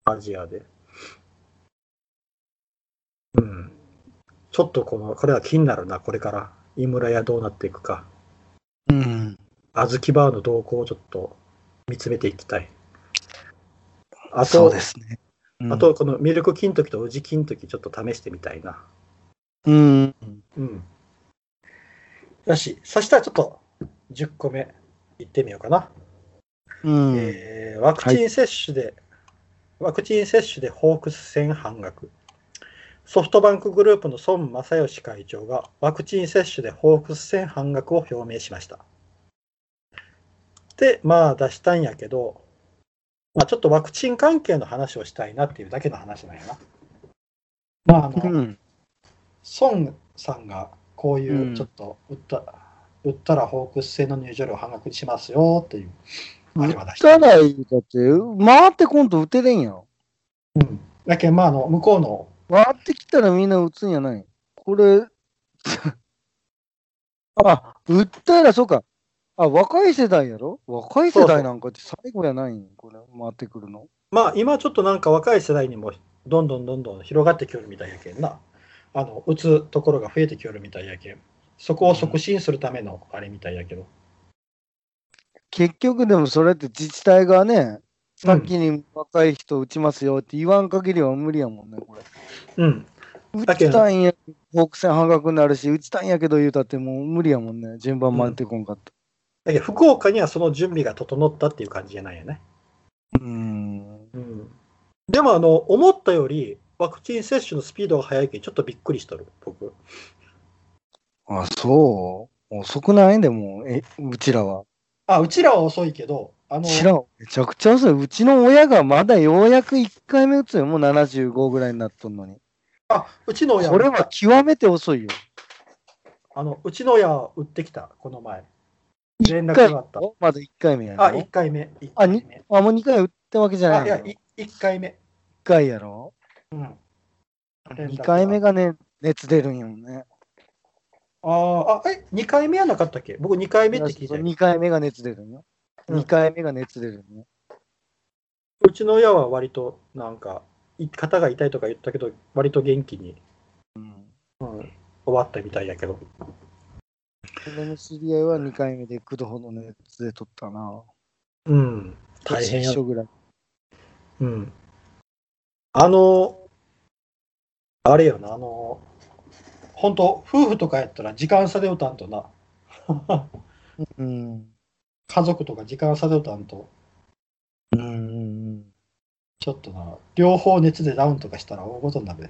Speaker 1: アジアで。うん。ちょっとこの、これは気になるな、これから。井村屋どうなっていくか。
Speaker 2: うん。
Speaker 1: あずきバーの動向をちょっと見つめていきたい。あ
Speaker 2: そう
Speaker 1: と
Speaker 2: で、すね。
Speaker 1: あと、このミルク金時と宇治金時ちょっと試してみたいな。
Speaker 2: うん、
Speaker 1: うん。よし、そしたらちょっと10個目いってみようかな。
Speaker 2: うん、
Speaker 1: えーワクチン接種で、ワクチン接種でホークス戦半額。ソフトバンクグループの孫正義会長がワクチン接種でホークス戦半額を表明しました。で、まあ出したんやけど、まあ、ちょっとワクチン関係の話をしたいなっていうだけの話なんやな。まああの、
Speaker 2: うん、
Speaker 1: 孫さんがこういう
Speaker 2: うん
Speaker 1: ちょっと売った,、売ったらホークス製の入場料半額にしますよっていうあ
Speaker 2: 打
Speaker 1: れは出
Speaker 2: っ
Speaker 1: してる
Speaker 2: たらいいだって、回ってこんと打てれんやん。
Speaker 1: だけどまああの向こうの
Speaker 2: 回ってきたらみんな打つんやないこれ、 あ、打ったら、そうか。あ、若い世代やろ若い世代なんかって最後やないんこれ、回ってくるの。
Speaker 1: まあ今ちょっとなんか若い世代にもどんどんどんどん広がってきよるみたいやけんなあの打つところが増えてきよるみたいやけんそこを促進するためのあれみたいやけど、
Speaker 2: 結局でもそれって自治体がね、さっきに若い人打ちますよって言わん限りは無理やもんね、これ。
Speaker 1: うん
Speaker 2: 打
Speaker 1: だけ
Speaker 2: ち
Speaker 1: ど
Speaker 2: たいんや、ホークス戦半額になるし、打ちたいんやけど言うたってもう無理やもんね、順番回ってこんかった。
Speaker 1: だけど福岡にはその準備が整ったっていう感じじゃないよね、
Speaker 2: うん。
Speaker 1: うん、でもあの思ったよりワクチン接種のスピードが速いけんちょっとびっくりしとる僕
Speaker 2: あ、そう。遅くないでも、え、うちらは。
Speaker 1: あうちらは遅いけどあの
Speaker 2: 知らん。めちゃくちゃ遅い。うちの親がまだようやく1回目打つよ。もう75ぐらいになっとんのに。
Speaker 1: あうちの親
Speaker 2: これは極めて遅いよ。
Speaker 1: あのうちの親は売ってきたこの前連
Speaker 2: 1
Speaker 1: 絡
Speaker 2: 回
Speaker 1: があった
Speaker 2: まだ1回目やろ。
Speaker 1: あ1回目1
Speaker 2: あ
Speaker 1: 回
Speaker 2: に
Speaker 1: 目
Speaker 2: あ、もう2回打ったわけじゃ
Speaker 1: あ
Speaker 2: ないいの
Speaker 1: や
Speaker 2: 1
Speaker 1: 1回目
Speaker 2: 回やろ。
Speaker 1: うん連絡
Speaker 2: 2
Speaker 1: が
Speaker 2: 回目がね、熱出るんやもんね。
Speaker 1: あーあ、え、2回目やなかったっけ僕2回目って聞いたよ
Speaker 2: 2回目が熱出るんよ。
Speaker 1: うん
Speaker 2: 2回目が熱出るんよ。
Speaker 1: うちの親は割と、なんか、い肩が痛いとか言ったけど、割と元気に
Speaker 2: うん
Speaker 1: 終わったみたいやけど。
Speaker 2: 俺の知り合いは2回目で9度ほど熱で取ったな。
Speaker 1: うん。大変や
Speaker 2: 一。緒ぐらい。
Speaker 1: うん。あの、あれよな、あの、本当夫婦とかやったら時間差で打たんとな。
Speaker 2: うん。
Speaker 1: 家族とか時間差で打たんと、
Speaker 2: うんうん
Speaker 1: ちょっとな、両方熱でダウンとかしたら大ごとになるで。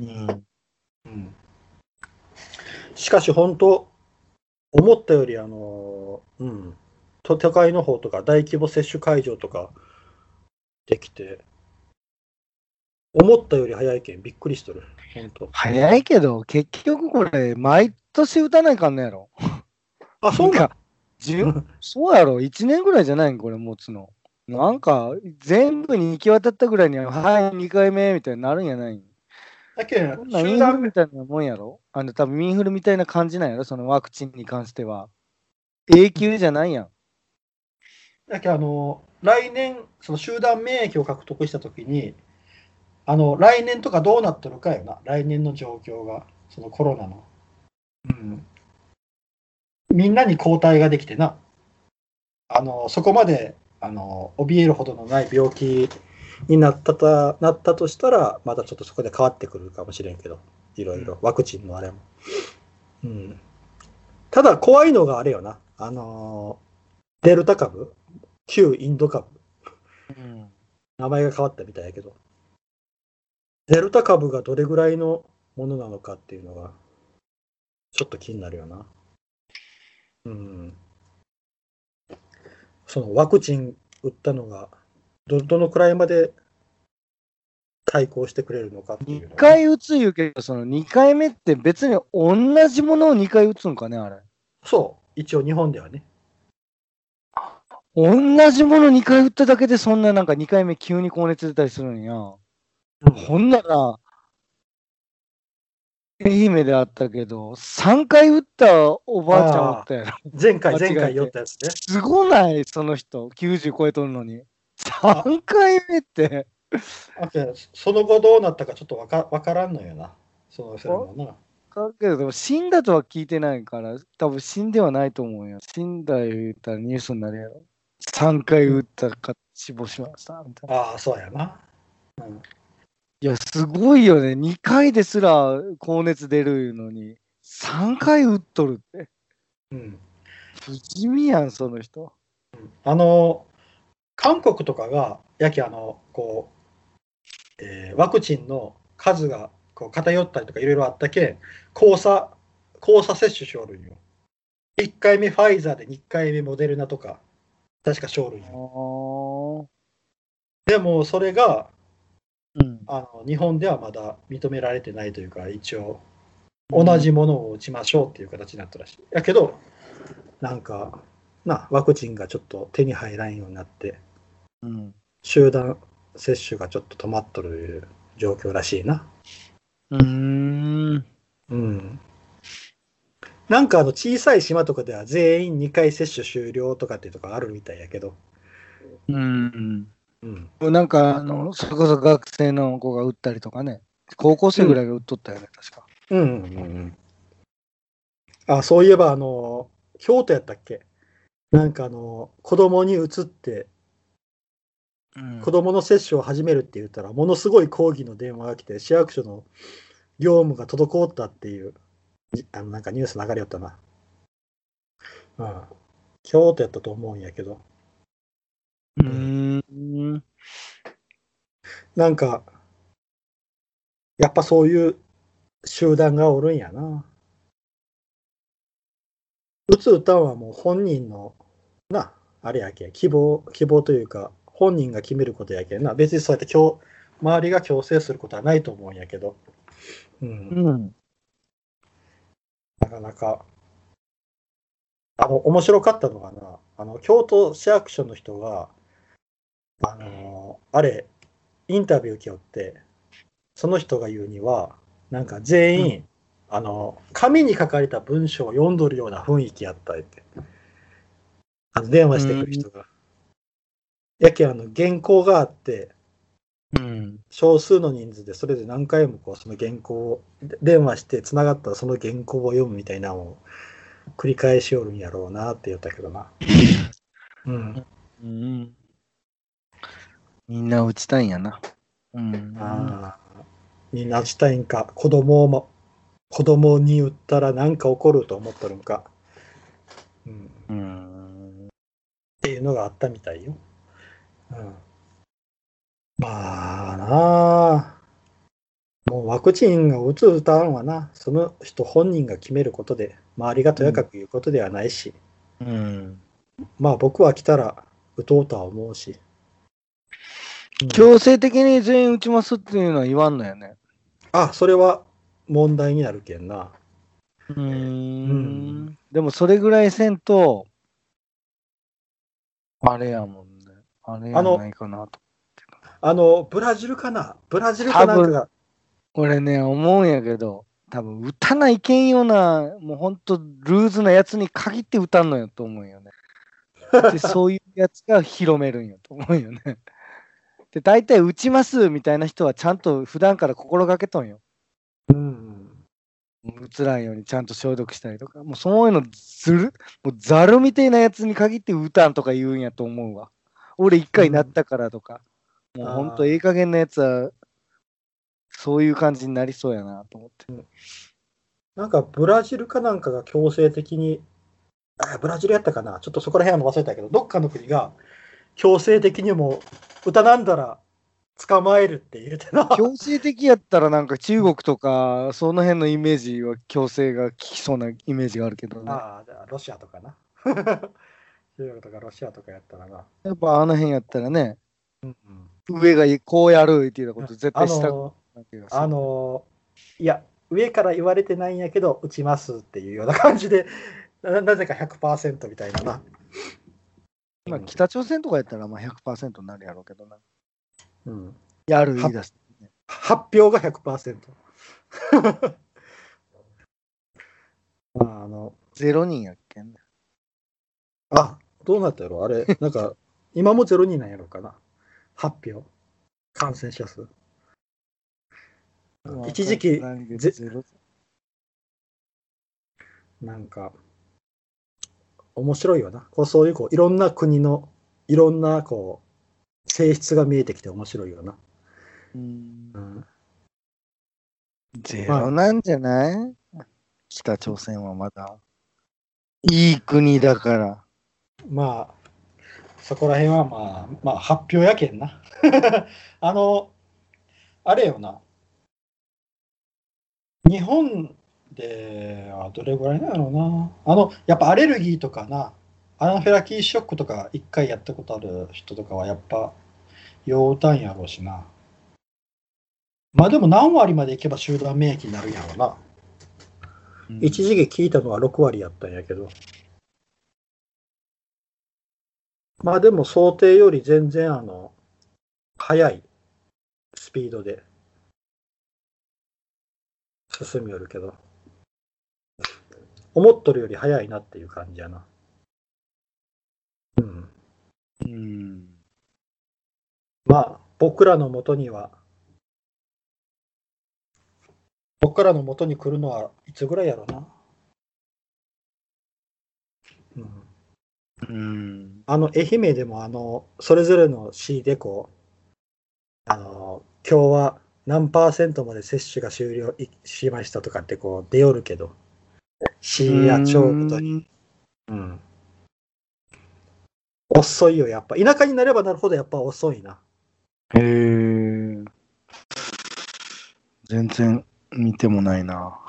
Speaker 2: うん。うん。
Speaker 1: うんしかし本当、思ったより、あの、うん、都都会の方とか大規模接種会場とかできて、思ったより早いけん、びっくりしとる、本当。
Speaker 2: 早いけど、結局これ、毎年打たないかんのやろ。
Speaker 1: あ、そう
Speaker 2: なん
Speaker 1: か。
Speaker 2: かじゅうそうやろ、1年ぐらいじゃないん、これ、持つの。なんか、全部に行き渡ったぐらいには、はい、2回目みたいになるんやないん。
Speaker 1: だけど
Speaker 2: こんなんイ
Speaker 1: 集
Speaker 2: ンフル
Speaker 1: 団
Speaker 2: みたいなもんやろ。あの、多分インフルみたいな感じなんやろ、そのワクチンに関しては。永久じゃないやん。
Speaker 1: だけどあの、来年、その集団免疫を獲得したときに、あの、来年とかどうなっとるかよな、来年の状況が、そのコロナの。うん。みんなに抗体ができてな、あの、そこまで、あの、怯えるほどのない病気になったたなったとしたら、またちょっとそこで変わってくるかもしれんけど、いろいろ、ワクチンのあれも。うん。ただ、怖いのがあれよな、あの、デルタ株旧インド株
Speaker 2: うん。
Speaker 1: 名前が変わったみたいやけどデルタ株がどれぐらいのものなのかっていうのがちょっと気になるよなうんそのワクチン打ったのがどどのくらいまで対抗してくれるのかっていうの
Speaker 2: 2
Speaker 1: が
Speaker 2: 回打つ言うけど、その2回目って別に同じものを2回打つんかね、あれ。
Speaker 1: そう一応日本ではね
Speaker 2: 同じもの2回打っただけで、そんななんか2回目急に高熱出たりするんや。ほんなら、愛媛であったけど、3回打ったおばあちゃんおったやろ。
Speaker 1: 前回
Speaker 2: 間違え
Speaker 1: 前
Speaker 2: て
Speaker 1: 回酔ったやつね
Speaker 2: すごない、その人。90超えとるのに。3回目って。
Speaker 1: あけその後どうなったかちょっとわかわからんのよなそのそれもな
Speaker 2: だけど、でも死んだとは聞いてないから、多分死んではないと思うよ。死んだ言ったらニュースになるやろ。3回打ったか死亡しましたみたいな。
Speaker 1: ああそうやなうん
Speaker 2: いや、すごいよね。2回ですら高熱出るのに、3回打っとるって。
Speaker 1: うん、
Speaker 2: 不死身やん、その人。
Speaker 1: あの韓国とかがやけあのこう、えーワクチンの数がこう偏ったりとかいろいろあったけ交差交差接種しょるんよ1回目ファイザーで2回目モデルナとか確かしょるん
Speaker 2: あ
Speaker 1: よ
Speaker 2: ー
Speaker 1: でもそれが
Speaker 2: うん、
Speaker 1: あの日本ではまだ認められてないというか一応同じものを打ちましょうっていう形になったらしいやけどなんかなワクチンがちょっと手に入らんようになって
Speaker 2: うん。
Speaker 1: 集団接種がちょっと止まっとる状況らしいな。
Speaker 2: うーん。
Speaker 1: うん。なんかあの小さい島とかでは全員2回接種終了とかっていうとかあるみたいやけど。
Speaker 2: うん。
Speaker 1: うん。
Speaker 2: なんか、あの、それこそ学生の子が打ったりとかね。高校生ぐらいが打っとったよね、確か。
Speaker 1: うんうんうんうん。あ、そういえばあの、京都やったっけなんかあの、子供に移って
Speaker 2: うん
Speaker 1: 子供の接種を始めるって言ったら、ものすごい抗議の電話が来て、市役所の業務が滞ったっていう、じあのなんかニュース流れよったな。うん。京都やったと思うんやけど、
Speaker 2: うーん。
Speaker 1: なんか、やっぱそういう集団がおるんやな。うつうたんはもう本人の、な、あれやけ、希望、希望というか、本人が決めることやけんな。別にそうやって強、周りが強制することはないと思うんやけど。うん。
Speaker 2: うん。
Speaker 1: なかなか。あの、面白かったのがな、あの、京都市役所の人が、あのーあれ、インタビュー受けよって、その人が言うには、なんか全員、あの、紙に書かれた文章を読んどるような雰囲気やったって。あの、電話してくる人が。やけん、あの、原稿があって、
Speaker 2: うん。
Speaker 1: 少数の人数でそれで何回もこうその原稿をで電話してつながったらその原稿を読むみたいなのを繰り返しおるんやろうなって言ったけどな。うん、
Speaker 2: うん。みんな打ちたいんやな。うん。
Speaker 1: あーみんなしたいんか子供をも子供に売ったら何か起こると思っとるんか、うん、っ
Speaker 2: うん。
Speaker 1: ていうのがあったみたいよ。うん、まあなあもうワクチンが打つ打たんはな、その人本人が決めることで、周りがとやかく言うことではないし、
Speaker 2: うん。
Speaker 1: まあ僕は来たら打とうとは思うし。うん
Speaker 2: 強制的に全員打ちますっていうのは言わんのやね。
Speaker 1: あ、それは問題になるけんな。
Speaker 2: う
Speaker 1: うん
Speaker 2: ん。でもそれぐらいせんと、あれやもんね。あれやないかなと。
Speaker 1: あの、ブラジルかなブラジルかなん
Speaker 2: 多
Speaker 1: か
Speaker 2: 分
Speaker 1: が、
Speaker 2: 俺ね、思うんやけど、多分打たないけんような、もうほんとルーズなやつに限って打たんのやと思うよね。で、そういうやつが広めるんやと思うよね。で、大体打ちますみたいな人はちゃんと普段から心がけとんよ。
Speaker 1: うん、
Speaker 2: うつらんようにちゃんと消毒したりとか、もうそういうのずる、もうざるみたいなやつに限って打たんとか言うんやと思うわ。俺一回なったからとか、
Speaker 1: ん
Speaker 2: もうほんとええ加減なやつは、そういう感じになりそうやなと思って。
Speaker 1: なんかブラジルかなんかが強制的に、あブラジルやったかなちょっとそこら辺は忘れたけど、どっかの国が強制的にもう歌なんだら捕まえるって言うてな。
Speaker 2: 強制的やったらなんか中国とかその辺のイメージは強制が効きそうなイメージがあるけどね。
Speaker 1: ああ、じゃあロシアとかな。 中国とかロシアとかやったらな。
Speaker 2: やっぱあの辺やったらね、
Speaker 1: うん
Speaker 2: 上がこうやるっていうこと絶対した
Speaker 1: あ
Speaker 2: く
Speaker 1: の
Speaker 2: ない気がする
Speaker 1: あのいや、上から言われてないんやけど、打ちますっていうような感じで、ななぜか100%みたいなな。
Speaker 2: まあ、北朝鮮とかやったらまあ100%になるやろうけどな。
Speaker 1: うん
Speaker 2: やる言い出す。
Speaker 1: 発表が100%。まああの、
Speaker 2: ゼロ人やっけんね。
Speaker 1: あ、どうなったやろあれ、なんか、今も0人なんやろうかな。発表。感染者数。一時期、ぜ
Speaker 2: ゼロ。
Speaker 1: なんか、面白いよな。こうそういう、こう、いろんな国の、いろんな、こう、性質が見えてきて面白いよな。
Speaker 2: うん
Speaker 1: うん、
Speaker 2: ゼロなんじゃない、北朝鮮はまだ。いい国だから。
Speaker 1: まあ、そこら辺はまあ、まあ、発表やけんな。 あの、あれよな。日本ではどれぐらいなのな。あの、やっぱアレルギーとかな、アナフィラキーショックとか一回やったことある人とかはやっぱ、要たんやろうしな。まあでも何割までいけば集団免疫になるんやろうな。一時期聞いたのは6割やったんやけど。まあでも想定より全然あの、速いスピードで進みよるけど、思っとるより速いなっていう感じやな。うん。
Speaker 2: うん。
Speaker 1: まあ、僕らの元には、僕らの元に来るのはいつぐらいやろな。うん、
Speaker 2: うん。
Speaker 1: あの、愛媛でも、あの、それぞれの市でこう、あの、今日は何パーセントまで接種が終了いしましたとかってこう出よるけど、市や町ごとに。
Speaker 2: に。
Speaker 1: うん。遅いよ、やっぱ。田舎になればなるほどやっぱ遅いな。
Speaker 2: へえ。全然見てもないな。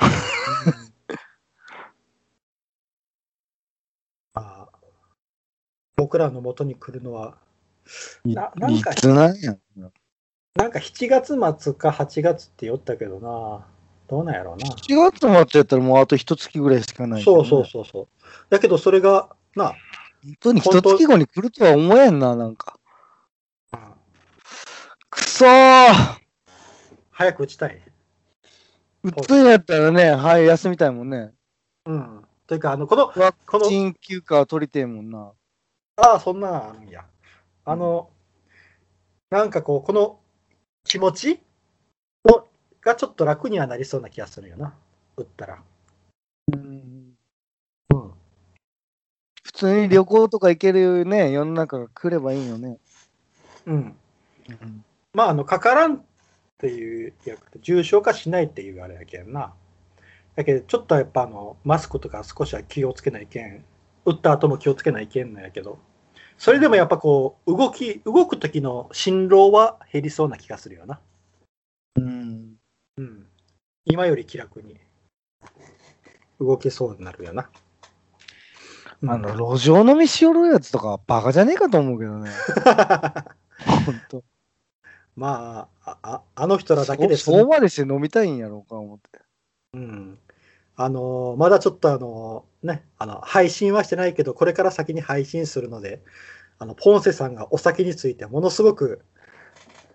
Speaker 1: まあ、僕らの元に来るのは、
Speaker 2: い
Speaker 1: ななんか
Speaker 2: いつなんやろ
Speaker 1: なんか7月末か8月って言ったけどな、どうなんやろうな。
Speaker 2: な。4月末やったらもうあと一月ぐらいしかない、
Speaker 1: そうそう。そうそう。だけどそれが、な、
Speaker 2: 本当に一月後に来るとは思えんな、なんか。くそー
Speaker 1: 早く打ちたいね。
Speaker 2: うっといやったらね、はい、休みたいもんね。
Speaker 1: うん。というか、あの、この、
Speaker 2: ワ
Speaker 1: こ
Speaker 2: ク
Speaker 1: の、
Speaker 2: チン休暇は取りてえもんな。
Speaker 1: ああ、そんなんあるんや。あの、なんかこう、この気持ちのがちょっと楽にはなりそうな気がするよな、打ったら。うん。
Speaker 2: 普通に旅行とか行けるね、世の中が来ればいいよね。
Speaker 1: うん。まあ、あの、かからんっていう、いや重症化しないっていうあれやけんな。だけど、ちょっとやっぱあの、マスクとか少しは気をつけないけん、打った後も気をつけないけんなんやけど、それでもやっぱこう、動き、動く時の振動は減りそうな気がするよな。
Speaker 2: うん。
Speaker 1: うん。今より気楽に動けそうになるよな。
Speaker 2: あの、路上飲みしよるやつとか、バカじゃねえかと思うけどね。ほん と。
Speaker 1: まあ、あああの人らだけです
Speaker 2: そうそうまでして飲みたいんやろうか、思って。
Speaker 1: うんあのーまだちょっとあのーね、あの配信はしてないけど、これから先に配信するので、あのポンセさんがお酒についてものすごく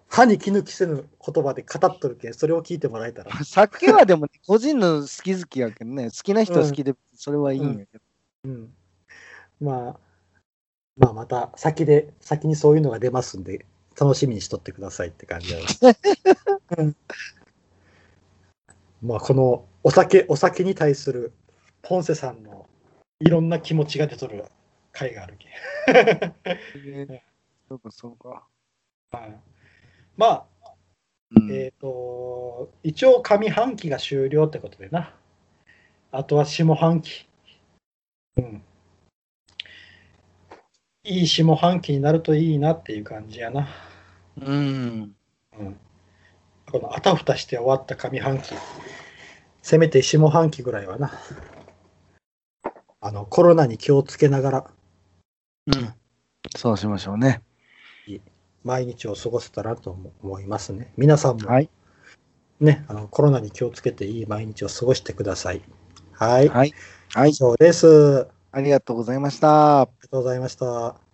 Speaker 1: 歯に衣着せぬ言葉で語っとるけん、それを聞いてもらえたら。
Speaker 2: 酒はでも、個人の好き好きやけどね、好きな人は好きで、それはいいんやけど。
Speaker 1: うん、まあ、まあ、また先で、先にそういうのが出ますんで、楽しみにしとってくださいって感じだようんまあ、このお酒、お酒に対するポンセさんのいろんな気持ちが出とる回があるけん。
Speaker 2: そうか、そうか。
Speaker 1: はいまあ、
Speaker 2: うん
Speaker 1: えっ、と、一応上半期が終了ってことでな。あとは下半期。うん。いい下半期になるといいなっていう感じやな。
Speaker 2: うん。
Speaker 1: うん。このあたふたして終わった上半期。せめて下半期ぐらいはな。あの、コロナに気をつけながら
Speaker 2: うん。そうしましょうね。
Speaker 1: 毎日を過ごせたらと思思いますね。皆さんも
Speaker 2: はい。
Speaker 1: ね、あのコロナに気をつけていい毎日を過ごしてください。はい。
Speaker 2: はい。はい
Speaker 1: 以。上です。あり
Speaker 2: ありがとうございました。
Speaker 1: がとうございました。